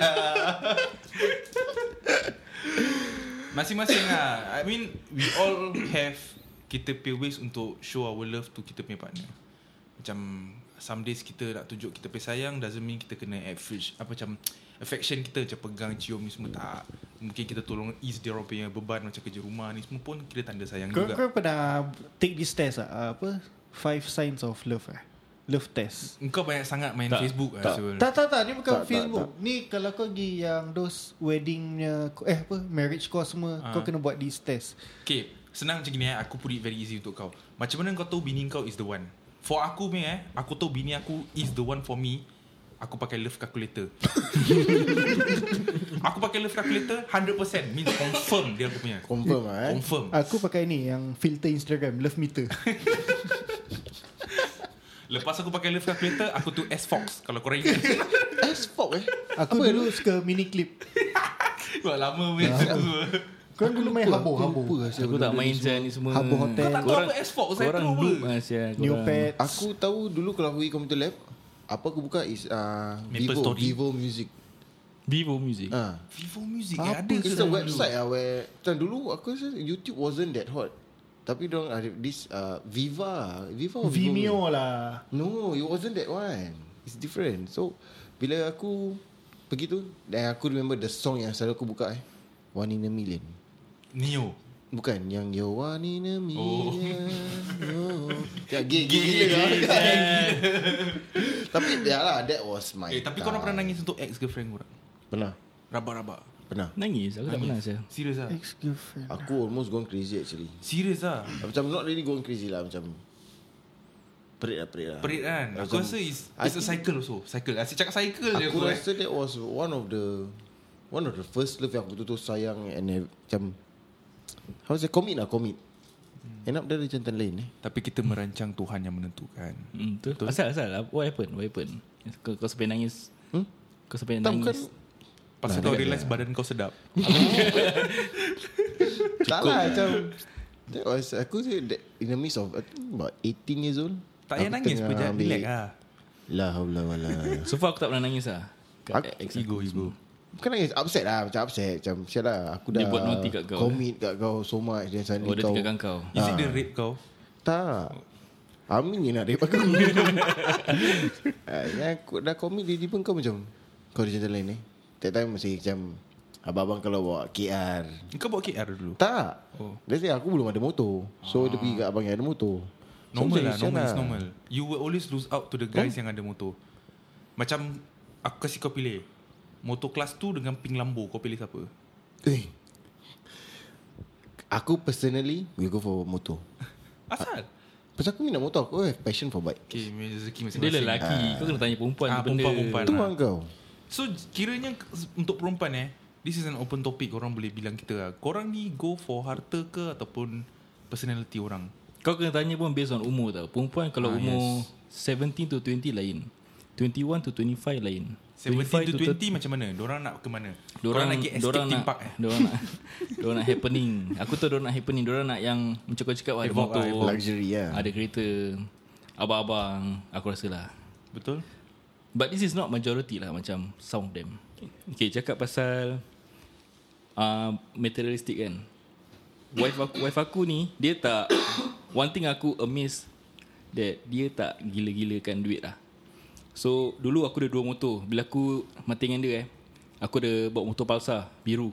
Speaker 5: Masing-masing lah I mean We all have Kita pay ways Untuk show our love To kita punya partner Macam Some days kita nak tunjuk Kita pay sayang Doesn't mean kita kena average Apa macam Affection kita Macam pegang cium ni semua Tak Mungkin kita tolong Ease dia orang punya beban Macam kerja rumah ni semua pun Kita tanda sayang
Speaker 3: kau,
Speaker 5: juga
Speaker 3: kau pernah Take this test lah uh, Apa Five signs of love eh Love test
Speaker 5: Engkau banyak sangat main
Speaker 2: Tak,
Speaker 5: Facebook
Speaker 4: tak.
Speaker 5: Azul.
Speaker 3: tak tak tak ni bukan
Speaker 4: Tak, tak,
Speaker 3: Facebook ni kalau kau pergi yang those wedding punya- eh apa marriage kau semua
Speaker 5: Ah.
Speaker 3: kau kena buat this test
Speaker 5: Okay Senang macam gini eh Aku put it very easy untuk kau Macam mana kau tahu bini kau is the one For aku punya eh Aku tahu bini aku is the one for me Aku pakai love calculator Aku pakai love calculator 100% Means confirm dia aku punya
Speaker 4: Confirm lah eh.
Speaker 5: Confirm
Speaker 3: Aku pakai ni yang filter Instagram love meter.
Speaker 5: Lepas aku pakai love calculator Aku tu S-Fox Kalau korang ingat
Speaker 4: As fuck eh.
Speaker 3: Aku dulu suka mini clip.
Speaker 5: Wah lama punya tu semua
Speaker 3: Kau dulu main
Speaker 4: Lupa,
Speaker 3: habo
Speaker 4: aku
Speaker 3: habo.
Speaker 4: lupa asal
Speaker 2: Aku tak
Speaker 4: benda ni
Speaker 2: main
Speaker 4: semua.
Speaker 2: macam ni semua
Speaker 3: Habbo Hotel. Kau
Speaker 5: tak tahu
Speaker 2: Korang-
Speaker 5: apa S-Fox, saya
Speaker 2: Korang eh.
Speaker 5: tahu
Speaker 2: noob lah,
Speaker 5: apa.
Speaker 2: Asia
Speaker 3: Neopets.
Speaker 4: Aku tahu dulu kalau aku pergi computer lab, apa aku buka is uh,
Speaker 5: Maple
Speaker 4: Vivo,
Speaker 5: Story.
Speaker 4: Vivo Music.
Speaker 2: Vivo Music
Speaker 4: Ah.
Speaker 5: Vivo Music eh,
Speaker 4: Apa
Speaker 5: ada ke
Speaker 4: It's a
Speaker 5: dulu?
Speaker 4: website lah where Macam dulu aku rasa YouTube wasn't that hot Tapi dong ada this uh, Viva Viva or Vivo Music?
Speaker 3: Vimeo lah.
Speaker 4: No, it wasn't that one. It's different. So, bila aku pergi tu, dan aku remember the song yang selalu aku buka eh. One in a Million.
Speaker 5: Neo
Speaker 4: Bukan, yang You're One in
Speaker 5: Oh.
Speaker 4: a Million. Oh. Ya, gay, gay gila lah. Tapi, ya lah, that was my
Speaker 5: Eh tapi korang
Speaker 4: time.
Speaker 5: pernah nangis untuk ex-girlfriend korang?
Speaker 4: Pernah,
Speaker 5: Rabak-rabak
Speaker 4: pernah.
Speaker 2: Nangis Aku tak pernah Asia
Speaker 5: Serius
Speaker 6: Eh.
Speaker 5: lah
Speaker 3: Ex girlfriend.
Speaker 4: Aku almost gone crazy actually.
Speaker 5: Serius lah
Speaker 4: Macam not really going crazy lah Macam
Speaker 6: Perit lah perit lah
Speaker 5: Perit kan Aku
Speaker 6: Macam-
Speaker 5: rasa is, It's a cycle also Cycle Asyik cakap cycle je
Speaker 6: Aku
Speaker 5: aku eh.
Speaker 6: rasa that was one of the One of the first love yang aku betul-betul sayang And have, macam How to say commit lah commit
Speaker 5: Hmm.
Speaker 6: End up dia ada jantan lain eh
Speaker 5: Tapi kita merancang Tuhan yang menentukan
Speaker 2: Hmm, tu. Asal asal lah. what happened? What happened? Kau, kau sampai nangis.
Speaker 6: Hmm?
Speaker 2: Kau sampai
Speaker 6: Tak bukan
Speaker 2: nangis.
Speaker 5: Pasal kau realise badan kau sedap
Speaker 6: Tak lah macam That was Aku tu that, in the midst of I think About 18 years old
Speaker 5: Tak payah
Speaker 6: Aku
Speaker 5: nangis
Speaker 6: tengah
Speaker 5: pun Jangan
Speaker 6: ambil-
Speaker 5: relax lah
Speaker 6: La haula wala
Speaker 2: So far aku tak pernah nangis lah. Kat
Speaker 6: Aku-
Speaker 2: ex-
Speaker 5: Ego ego
Speaker 6: Bukan nangis Upset lah Macam upset Macam sial lah Aku dah
Speaker 2: Dia buat naughty kat kau,
Speaker 6: Commit kat kau so much Then
Speaker 2: Oh,
Speaker 6: suddenly
Speaker 2: dia
Speaker 6: kau
Speaker 2: tinggalkan kau.
Speaker 5: Is it
Speaker 6: Ah.
Speaker 5: the rape kau?
Speaker 6: Tak Amin je nak rape aku Ah, Yang aku dah commit Tiba-tiba kau macam Kau ada jantan lain eh That time masih macam Abang-abang kalau bawa KR
Speaker 5: Kau bawa KR dulu
Speaker 6: Tak
Speaker 5: Oh. Ah.
Speaker 6: Let's say aku belum ada motor So dia pergi kat abang yang ada motor So,
Speaker 5: Normal
Speaker 6: macam
Speaker 5: lah
Speaker 6: sial
Speaker 5: Normal is normal You will always lose out To the guys yang ada motor Macam Aku kasih kau pilih Motor kelas 2 dengan pink Lambo Kau pilih siapa?
Speaker 6: Eh Aku personally Will go for motor
Speaker 5: Asal?
Speaker 6: Pasal aku minat motor Aku have passion for bike
Speaker 5: Okay, punya rezeki
Speaker 2: Dia
Speaker 5: masing-masing
Speaker 2: lelaki. Kau kena tanya perempuan
Speaker 5: Ah,
Speaker 2: tu benda.
Speaker 5: perempuan-perempuan.
Speaker 6: Tu lah kau
Speaker 5: So kiranya untuk perempuan eh This is an open topic Orang boleh bilang kita lah Korang ni go for harta ke Ataupun personality orang
Speaker 2: Kau kena tanya pun based on umur tau. Perempuan kalau ah, umur yes. 17 to 20 lain. 21 to 25 lain.
Speaker 5: 17 to 20 macam mana Diorang nak ke mana Korang
Speaker 2: Dorang
Speaker 5: nak get escape
Speaker 2: dorang
Speaker 5: theme
Speaker 2: nak,
Speaker 5: park eh
Speaker 2: Dorang nak Dorang nak happening Aku tahu dorang nak happening Dorang nak yang Macam kau cakap Ada
Speaker 5: Evoke
Speaker 2: motor
Speaker 5: lah,
Speaker 6: Luxury lah
Speaker 2: Ada kereta Abang-abang Aku rasa lah
Speaker 5: Betul
Speaker 2: But this is not majority lah Macam some of them Okay cakap pasal uh, Materialistic kan Wife aku, wife aku ni Dia tak One thing aku amazed That dia tak gila-gilakan duit lah So dulu aku ada dua motor Bila aku mati dengan dia eh Aku ada bawa motor palsa Biru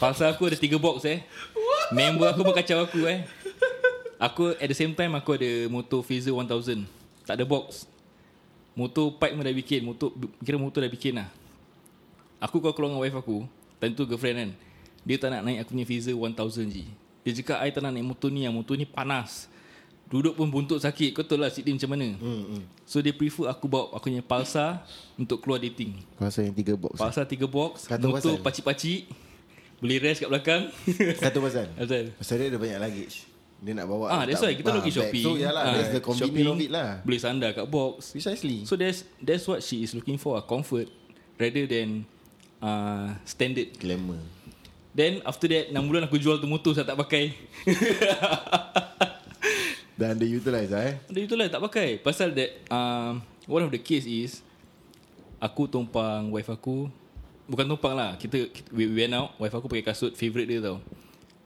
Speaker 2: Palsa aku ada tiga box eh Member aku pun kacau aku eh Aku at the same time Aku ada motor Phaser 1000 Tak ada box Motor pipe pun dah bikin motor, Kira motor dah bikin lah Aku kalau keluar dengan wife aku Time tu girlfriend kan Dia tak nak naik aku punya Phaser 1000 je Dia cakap I tak nak naik motor ni Yang motor ni panas Duduk pun buntut sakit Kau tahu lah seat dia macam mana
Speaker 6: Hmm,
Speaker 2: So dia prefer aku bawa Aku punya Pulsar Untuk keluar dating
Speaker 6: Pasal yang tiga box
Speaker 2: Pulsar tiga box
Speaker 6: Satu
Speaker 2: Motor
Speaker 6: pasal.
Speaker 2: pacik-pacik Boleh rest kat belakang
Speaker 6: Satu pasal
Speaker 2: Pasal
Speaker 6: Pasal dia ada banyak luggage Dia nak bawa
Speaker 2: Ah, that's
Speaker 6: tak-
Speaker 2: why kita
Speaker 6: ah,
Speaker 2: lagi
Speaker 6: bag.
Speaker 2: shopping.
Speaker 6: So yalah
Speaker 2: Ah,
Speaker 6: That's the convenience of
Speaker 2: shopping,
Speaker 6: it lah
Speaker 2: Boleh sandar kat box.
Speaker 6: Precisely
Speaker 2: So that's that's what she is looking for, a comfort rather than uh, standard.
Speaker 6: Glamour
Speaker 2: Then after that 6 bulan aku jual tu motor saya tak pakai.
Speaker 6: Dan dia utilize lah eh
Speaker 2: Dia itulah tak pakai. Pasal that um, one of the case is aku tumpang wife aku bukan tumpang lah. Kita, kita we we went out, wife aku pakai kasut favorite dia tau.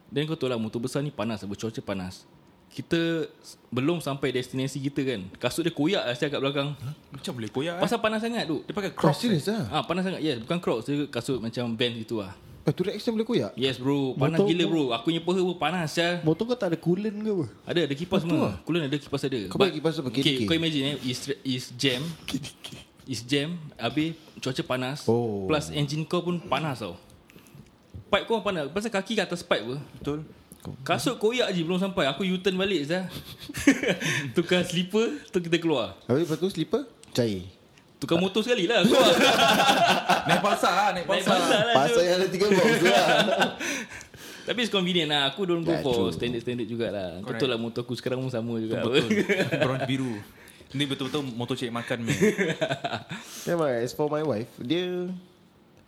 Speaker 2: Then kau tahu lah motor besar ni panas, bercuaca panas. Kita s- belum sampai destinasi kita kan. Kasut dia koyak lah saya kat belakang.
Speaker 5: Macam boleh koyak eh
Speaker 2: Pasal panas sangat tu.
Speaker 5: Dia pakai
Speaker 6: Kau
Speaker 5: crocs eh.
Speaker 6: serius lah
Speaker 2: Ah panas sangat. Yes, bukan Crocs, dia kasut macam band gitu lah.
Speaker 6: Eh, tu reaction boleh koyak
Speaker 2: Yes bro, panas
Speaker 3: Motor
Speaker 2: gila
Speaker 3: pun-
Speaker 2: bro. Aku punya paha pun panas ya.
Speaker 3: Motor kau tak ada coolant ke apa?
Speaker 2: Ada ada kipas semua. Kulon ada kipas ada.
Speaker 6: Kau
Speaker 2: But-
Speaker 6: bagi kipas apa? KDK?
Speaker 2: Okay, kau imagine eh is is jam. Is jam, habis cuaca panas.
Speaker 6: Oh.
Speaker 2: Plus engine kau pun panas tau. Pipe kau pun panas. Pasal kaki kat atas pipe apa.
Speaker 5: Betul
Speaker 2: Kasut koyak je belum sampai. Aku U-turn balik sah. Tukar slipper, tu kita keluar.
Speaker 6: Habis lepas tu slipper Cair
Speaker 2: Tukar motor sekali lah keluar.
Speaker 5: Naik pasar lah Naik
Speaker 2: Naik
Speaker 5: pasar
Speaker 2: pasar lah tu.
Speaker 6: Pasal yang ada tiga box tu lah
Speaker 2: Tapi it's convenient lah Aku don't go
Speaker 6: Yeah,
Speaker 2: for
Speaker 6: true.
Speaker 2: standard-standard jugalah
Speaker 5: Correct.
Speaker 2: Betul lah motor aku sekarang pun sama juga
Speaker 5: Betul Bronze biru Ni betul-betul motor cik makan man.
Speaker 6: Then my- as for my wife Dia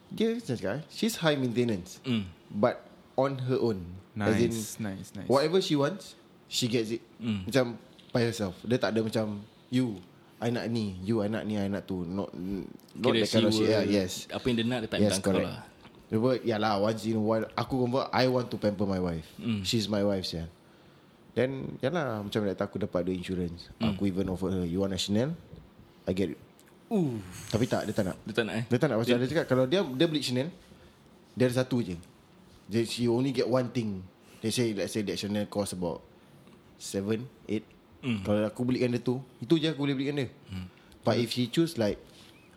Speaker 6: Dia macam cakap eh, She's high maintenance
Speaker 2: mm.
Speaker 6: But on her own As in
Speaker 5: Nice Nice nice
Speaker 6: Whatever she wants She gets it
Speaker 2: Mm.
Speaker 6: Macam By herself Dia tak ada macam You I nak ni You I nak ni I nak tu Not Not
Speaker 2: Kira
Speaker 6: that kind of
Speaker 2: she
Speaker 6: shit yeah,
Speaker 2: will-
Speaker 6: Yes
Speaker 2: Apa yang dia nak Dia tak
Speaker 6: Yes
Speaker 2: minta kau
Speaker 6: correct
Speaker 2: lah
Speaker 6: But yeah lah Once in a while Aku convert I want to pamper my wife She's my wife yeah. Then ya lah Macam like aku dapat the insurance Aku even offer her You want a Chanel I get it
Speaker 2: Ooh.
Speaker 6: Tapi tak dia tak nak
Speaker 2: Dia tak nak eh
Speaker 6: Dia tak nak Pasal dia, cakap Kalau dia dia beli Chanel Dia ada satu je Dia she only get one thing They say Let's say that Chanel cost about Seven Eight
Speaker 5: Hmm.
Speaker 6: mm. Kalau aku belikan dia tu Itu je aku boleh belikan dia mm. But if she choose like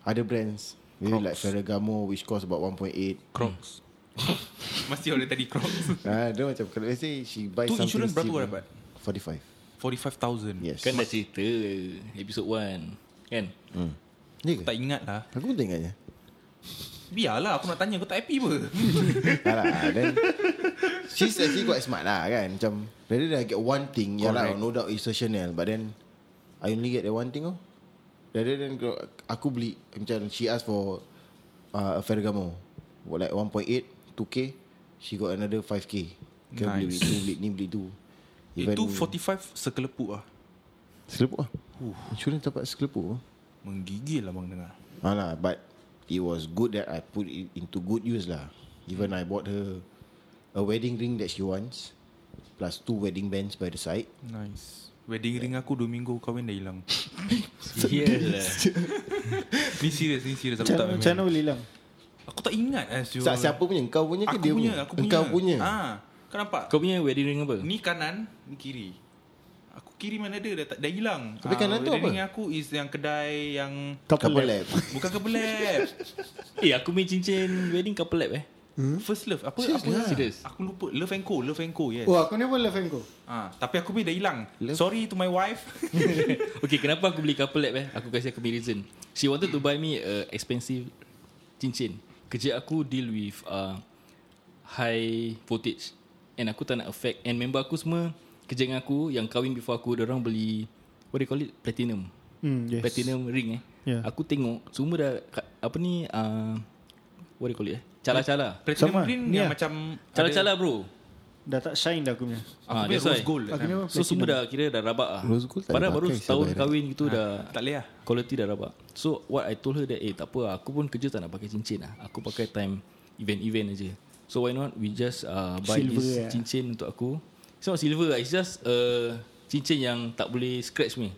Speaker 6: Other brands Maybe like Ferragamo Which cost about 1.8
Speaker 5: Crocs Masih oleh tadi Crocs
Speaker 6: Ah, dia macam kalau let's say she buy
Speaker 5: Tu
Speaker 6: something
Speaker 5: insurance berapa
Speaker 6: cheap,
Speaker 5: kau dapat?
Speaker 6: 45.
Speaker 5: 45,000
Speaker 6: Yes.
Speaker 2: Kan dah cerita Episode 1 Kan
Speaker 6: Ni
Speaker 5: Aku
Speaker 6: ke?
Speaker 5: tak ingat lah
Speaker 6: Aku pun tak ingatnya.
Speaker 5: Biarlah aku nak tanya Kau tak happy apa
Speaker 6: Alah, then she's actually quite smart lah kan. Macam rather than I get one thing, ya lah,
Speaker 5: Correct.
Speaker 6: no doubt it's a Chanel. But then I only get the one thing oh. Rather than go- aku beli macam she asked for uh, a Ferragamo what, like 1.8 2k she got another 5k. Kau nice. beli
Speaker 5: Nice. Eh,
Speaker 6: tu, beli ni, beli tu.
Speaker 5: Itu 45 sekelepuk lah
Speaker 6: Selepuk lah. Insurance dapat selepuk lah.
Speaker 5: Menggigil lah bang dengar
Speaker 6: Alah, but it was good that I put it into good use lah. Even I bought her a wedding ring that she wants, plus two wedding bands by the side.
Speaker 5: Nice Wedding ring aku 2 minggu kahwin dah hilang
Speaker 2: Yelah
Speaker 5: Ni serius Ni serius Aku
Speaker 3: Macam
Speaker 5: tak
Speaker 3: macam mana
Speaker 5: main-main.
Speaker 3: boleh hilang
Speaker 5: Aku tak ingat lah
Speaker 6: Sa siapa punya? Kau punya ke
Speaker 5: Aku
Speaker 6: dia
Speaker 5: punya Aku punya
Speaker 6: Engkau punya.
Speaker 5: ah, Kau nampak
Speaker 2: Kau punya wedding ring apa?
Speaker 5: Ni kanan Ni kiri Aku kiri mana ada Dah, tak- dah hilang Ah,
Speaker 6: Tapi kanan tu
Speaker 5: wedding
Speaker 6: apa?
Speaker 5: ring aku is yang kedai Yang
Speaker 6: Couple lab.
Speaker 5: Bukan kebelet
Speaker 2: Eh aku punya cincin wedding couple lab eh
Speaker 6: Hmm?
Speaker 5: First love Apa
Speaker 6: Serious
Speaker 5: apa
Speaker 6: lah.
Speaker 2: Serious?
Speaker 5: Aku lupa Love and Co Love and Co yes
Speaker 3: Oh aku never left kau
Speaker 5: Ah, tapi aku punya dah hilang.
Speaker 6: Love-
Speaker 5: Sorry to my wife.
Speaker 2: Okay kenapa aku beli couple lab eh Aku kasih aku punya reason She wanted to buy me a expensive cincin Kerja aku deal with uh, High voltage And aku tak nak affect And member aku semua Kerja dengan aku Yang kahwin before aku Diorang beli What do you call it? Platinum
Speaker 3: Hmm yes
Speaker 2: Platinum ring eh
Speaker 3: Yeah.
Speaker 2: Aku tengok Semua dah ka- Apa ni uh, What do you call it eh Cala-cala
Speaker 5: Platinum
Speaker 3: Sama,
Speaker 5: Green
Speaker 3: ni
Speaker 5: yang
Speaker 3: lah.
Speaker 5: macam ada-
Speaker 2: Cala-cala bro
Speaker 3: Dah tak shine dah aku punya
Speaker 5: Aku
Speaker 2: Ah,
Speaker 5: punya
Speaker 2: that's why.
Speaker 5: rose gold.
Speaker 3: Aku never
Speaker 2: So semua dah kira dah rabak lah
Speaker 6: Rose gold tak
Speaker 2: Padahal
Speaker 6: dipakai
Speaker 2: baru
Speaker 6: siapa
Speaker 2: setahun
Speaker 6: hari.
Speaker 2: kahwin gitu dah
Speaker 5: Tak boleh lah.
Speaker 2: Quality dah rabak So what I told her that Eh tak apa lah, Aku pun kerja tak nak pakai cincin lah Aku pakai time Event-event aja So why not We just uh, Buy
Speaker 3: Silver
Speaker 2: silver this
Speaker 3: eh.
Speaker 2: cincin untuk aku It's not silver lah It's just uh, Cincin yang tak boleh scratch ni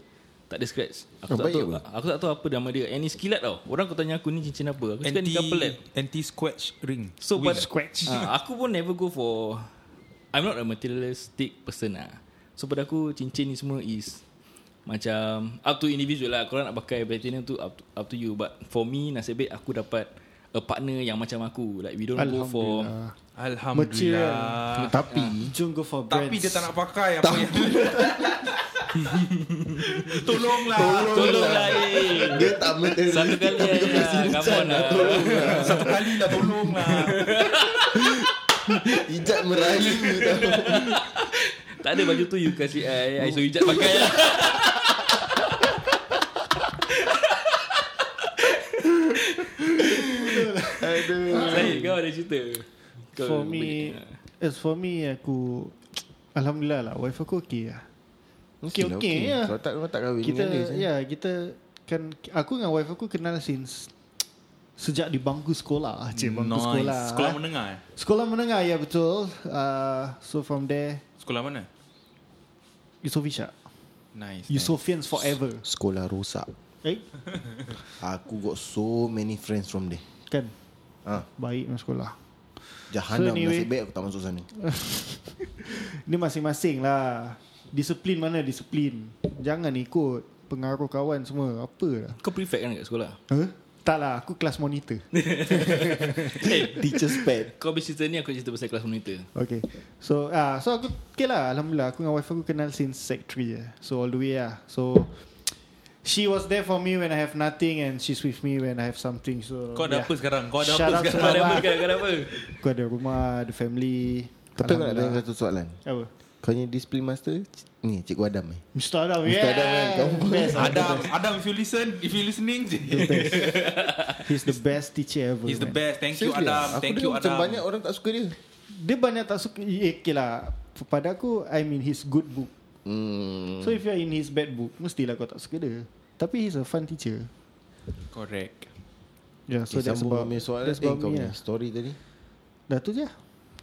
Speaker 2: Tak ada scratch Aku
Speaker 6: Oh,
Speaker 2: tak
Speaker 6: baik
Speaker 2: tahu lah.
Speaker 6: apa?
Speaker 2: Aku tak tahu apa nama dia And ni kilat tau Orang aku tanya aku ni cincin apa Aku cakap ni
Speaker 5: Anti
Speaker 2: couple lab
Speaker 5: anti squatch ring.
Speaker 2: So
Speaker 5: With
Speaker 2: but,
Speaker 5: squatch.
Speaker 2: uh, Aku pun never go for I'm not a materialistic person lah So pada aku cincin ni semua is Macam Up to individual lah Korang nak pakai platinum tu up to, up to you But for me Nasib baik aku dapat A partner yang macam aku Like we don't go for
Speaker 3: Alhamdulillah
Speaker 5: Alhamdulillah.
Speaker 6: Tapi
Speaker 3: Jom go for brands
Speaker 5: Tapi dia tak nak pakai apa yang Tolonglah.
Speaker 2: Tolonglah eh
Speaker 6: dia tak material.
Speaker 2: Satu
Speaker 5: kan?
Speaker 2: kali eh lah, Come on lah
Speaker 5: Satu kali lah tolonglah.
Speaker 6: Ijat merayu tau.
Speaker 2: Tak ada baju tu you kasih I I suruh hijab pakai lah
Speaker 6: Aduh.
Speaker 2: Zahid kau ada cerita Kau
Speaker 3: For
Speaker 2: boleh-
Speaker 3: me As for me aku Alhamdulillah lah Wife aku okey lah Okay, okay, ya.
Speaker 6: Kalau tak kau tak kahwin
Speaker 3: Kita
Speaker 6: dengan dia.
Speaker 3: Ya
Speaker 6: sayang.
Speaker 3: yeah, kita Kan Aku dengan wife aku kenal since Sejak di bangku sekolah ah, Cik bangku
Speaker 5: Nice.
Speaker 3: sekolah
Speaker 5: Sekolah menengah. eh?
Speaker 3: Sekolah menengah ya betul uh, So from there
Speaker 5: Sekolah mana?
Speaker 3: Yusofian
Speaker 5: Nice.
Speaker 3: Yusofians forever
Speaker 6: Sekolah rosak.
Speaker 3: Eh
Speaker 6: Aku got so many friends from there.
Speaker 3: Kan
Speaker 6: Ah,
Speaker 3: Baik dengan sekolah
Speaker 6: jahanam so,
Speaker 3: anyway-
Speaker 6: nasib baik aku tak masuk sana.
Speaker 3: Ini masing-masing lah Disiplin mana disiplin Jangan ikut Pengaruh kawan semua Apa lah
Speaker 2: Kau prefect kan kat sekolah
Speaker 3: huh? Tak lah aku kelas monitor
Speaker 2: Eh
Speaker 6: Teacher's pet.
Speaker 2: Kau habis cerita ni Aku cerita pasal kelas monitor
Speaker 3: Okay So ah so aku Okay lah Alhamdulillah Aku dengan wife aku kenal since sec 3 eh. So all the way lah So She was there for me when I have nothing And she's with me when I have something So
Speaker 5: Kau ada
Speaker 3: yeah.
Speaker 5: apa sekarang? Kau ada
Speaker 3: Shut up,
Speaker 5: apa sekarang?
Speaker 2: Kau ada apa
Speaker 3: Abang.
Speaker 2: sekarang? Kau ada apa
Speaker 3: Aku ada rumah Ada family
Speaker 6: Tapi aku nak tanya
Speaker 3: Alhamdulillah.
Speaker 6: satu soalan.
Speaker 3: Apa?
Speaker 6: Kau punya display master c- ni Cikgu Adam eh.
Speaker 3: Mr. Adam
Speaker 6: Mr.
Speaker 3: yeah.
Speaker 6: Adam kan, kau pun.
Speaker 3: Best,
Speaker 5: Adam, Adam if you listen, if you listening,
Speaker 3: He's the best teacher ever
Speaker 5: he's the
Speaker 3: man.
Speaker 5: best. Thank you
Speaker 6: Seriously,
Speaker 5: Adam.
Speaker 6: Aku
Speaker 5: Thank
Speaker 6: dengar
Speaker 5: you
Speaker 6: Macam
Speaker 5: Adam.
Speaker 6: banyak orang tak suka dia.
Speaker 3: Dia banyak tak suka eh, Okay lah Pada aku I mean his good book
Speaker 6: Hmm.
Speaker 3: So if you're in his bad book Mestilah kau tak suka dia Tapi he's a fun teacher
Speaker 5: Correct.
Speaker 3: Yeah, Ya, so that's about
Speaker 6: soalan
Speaker 3: that's
Speaker 6: eh,
Speaker 3: about
Speaker 6: kau
Speaker 3: me lah.
Speaker 6: punya story tadi.
Speaker 3: Dah tu je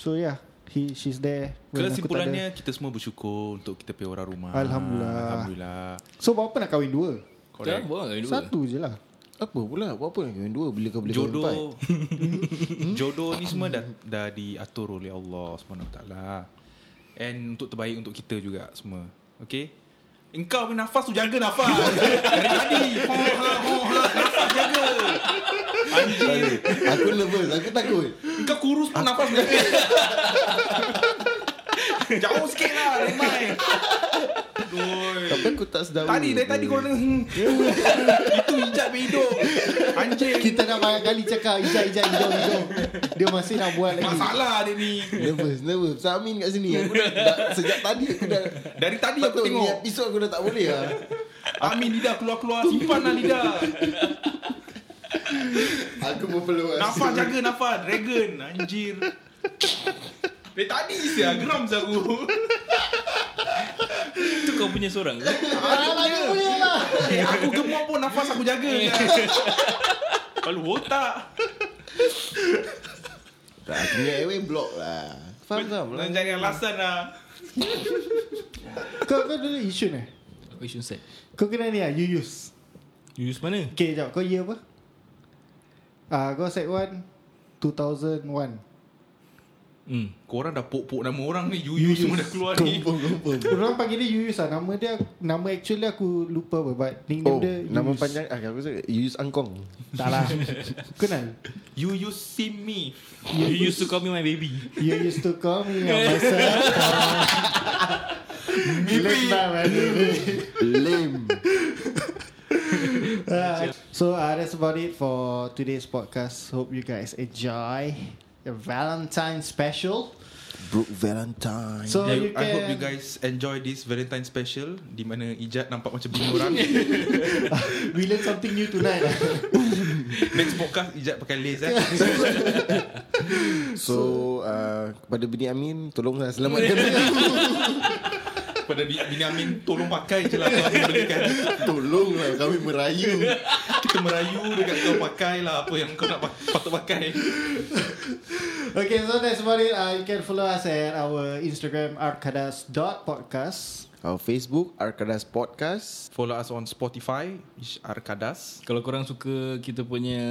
Speaker 3: So yeah he, She's there when aku tak ada.
Speaker 5: Kesimpulannya kita semua bersyukur untuk kita pergi orang rumah.
Speaker 3: Alhamdulillah.
Speaker 5: Alhamdulillah.
Speaker 3: So buat apa nak kahwin dua
Speaker 2: Jangan
Speaker 5: Correct.
Speaker 2: bohong kau dua
Speaker 3: Satu je lah
Speaker 6: Apa pula? Buat apa nak kahwin dua bila kau boleh kahwin empat?
Speaker 5: Jodoh Jodoh ni semua dah, dah diatur oleh Allah SWT And untuk terbaik untuk kita juga semua Okay Engkau punya nafas tu jaga nafas Dari tadi Ho, ha, ho, ha, Nafas jaga Anjir
Speaker 6: aku nervous, aku takut.
Speaker 5: Engkau kurus pun nafas jaga Jauh sikit lah Remai Aduh
Speaker 4: Aku tak sedawa
Speaker 5: Tadi dari tadi kau dengar hmm. Itu hijab hidup Anjing
Speaker 3: Kita dah banyak kali cakap Ijau, ijau, ijau, ijau Dia masih nak buat lagi
Speaker 5: Masalah dia ni
Speaker 4: Nervous Nervous Samin kat sini aku dah, dah, Sejak tadi aku dah
Speaker 5: Dari tadi
Speaker 4: Patut
Speaker 5: aku
Speaker 4: ni
Speaker 5: tengok
Speaker 4: episod aku dah tak boleh lah
Speaker 5: Amin lidah keluar-keluar Simpanlah lidah
Speaker 4: Aku pun perlu
Speaker 5: Nafas jaga nafas Dragon Anjir Dari Eh, tadi saya Geram saya aku
Speaker 2: Itu kau punya seorang ke?
Speaker 3: Masalah punya lah
Speaker 5: Eh aku gemuk pun Nafas aku jaga
Speaker 2: Eh.
Speaker 5: Kalau botak
Speaker 4: Tak, Aku punya airway block
Speaker 6: Ah,
Speaker 4: lah Faham tak?
Speaker 5: Jangan cari alasan lah
Speaker 3: Kau kau dulu isu ni
Speaker 2: Aku isu set
Speaker 3: Kau kena ni lah You use
Speaker 2: You use mana?
Speaker 3: Okay jap Kau year apa Ah, Kau set 1 2001
Speaker 2: Hmm.
Speaker 5: Korang dah pok-pok nama orang ni Yuyu semua dah keluar ni
Speaker 4: Kumpul-kumpul
Speaker 3: Orang panggil dia Yuyus lah Nama dia Nama actually aku lupa apa But nickname
Speaker 4: Oh,
Speaker 3: dia
Speaker 4: nama
Speaker 3: Yuyus.
Speaker 4: panjang ah, aku suka Yus Angkong.
Speaker 3: Tak lah Kenal
Speaker 5: Yuyu sim me
Speaker 2: You used to call me my baby
Speaker 3: You used to call me on my cell phone. Late night, my baby.
Speaker 4: Lame.
Speaker 3: Ah, So uh, that's about it for today's podcast Hope you guys enjoy The Valentine special
Speaker 4: Brooke Valentine.
Speaker 3: So
Speaker 5: I,
Speaker 3: Oh, you can
Speaker 5: I hope you guys enjoy this Valentine special Di mana Ijat nampak macam bini orang
Speaker 3: We learn something new tonight
Speaker 5: Next podcast Ijat pakai lace eh
Speaker 4: So uh, kepada Bini Amin tolonglah selamatkan dia.
Speaker 5: Pada Bi- Bini Amin Tolong pakai je lah Kalau yang boleh kan
Speaker 4: tolonglah kami merayu.
Speaker 5: Kita merayu Dekat kau pakai lah Apa yang kau nak pa- patut pakai
Speaker 3: Okay so that's about it uh, You can follow us at our Instagram Arkadas.podcast
Speaker 4: Our Facebook Arkadas Podcast.
Speaker 5: Follow us on Spotify Ish Arkadas
Speaker 2: Kalau korang suka kita punya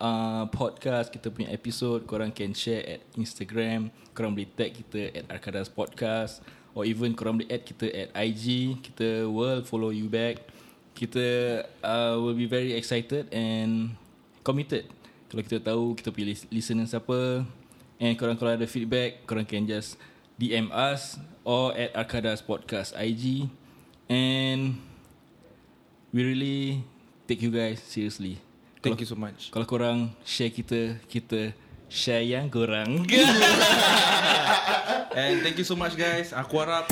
Speaker 2: uh, podcast, kita punya episode, korang can share at Instagram. Korang boleh tag kita at Arkadas Podcast. Or even korang boleh add kita at IG. Kita will follow you back. Kita uh, will be very excited and committed. Kalau kita tahu kita punya lis- listener siapa. And korang kalau ada feedback, korang can just DM us or at Arkadas Podcast IG. And We really take you guys seriously.
Speaker 5: Thank
Speaker 2: kalau,
Speaker 5: you so much
Speaker 2: Kalau korang share kita, kita share yang korang.
Speaker 5: And thank you so much guys Aku harap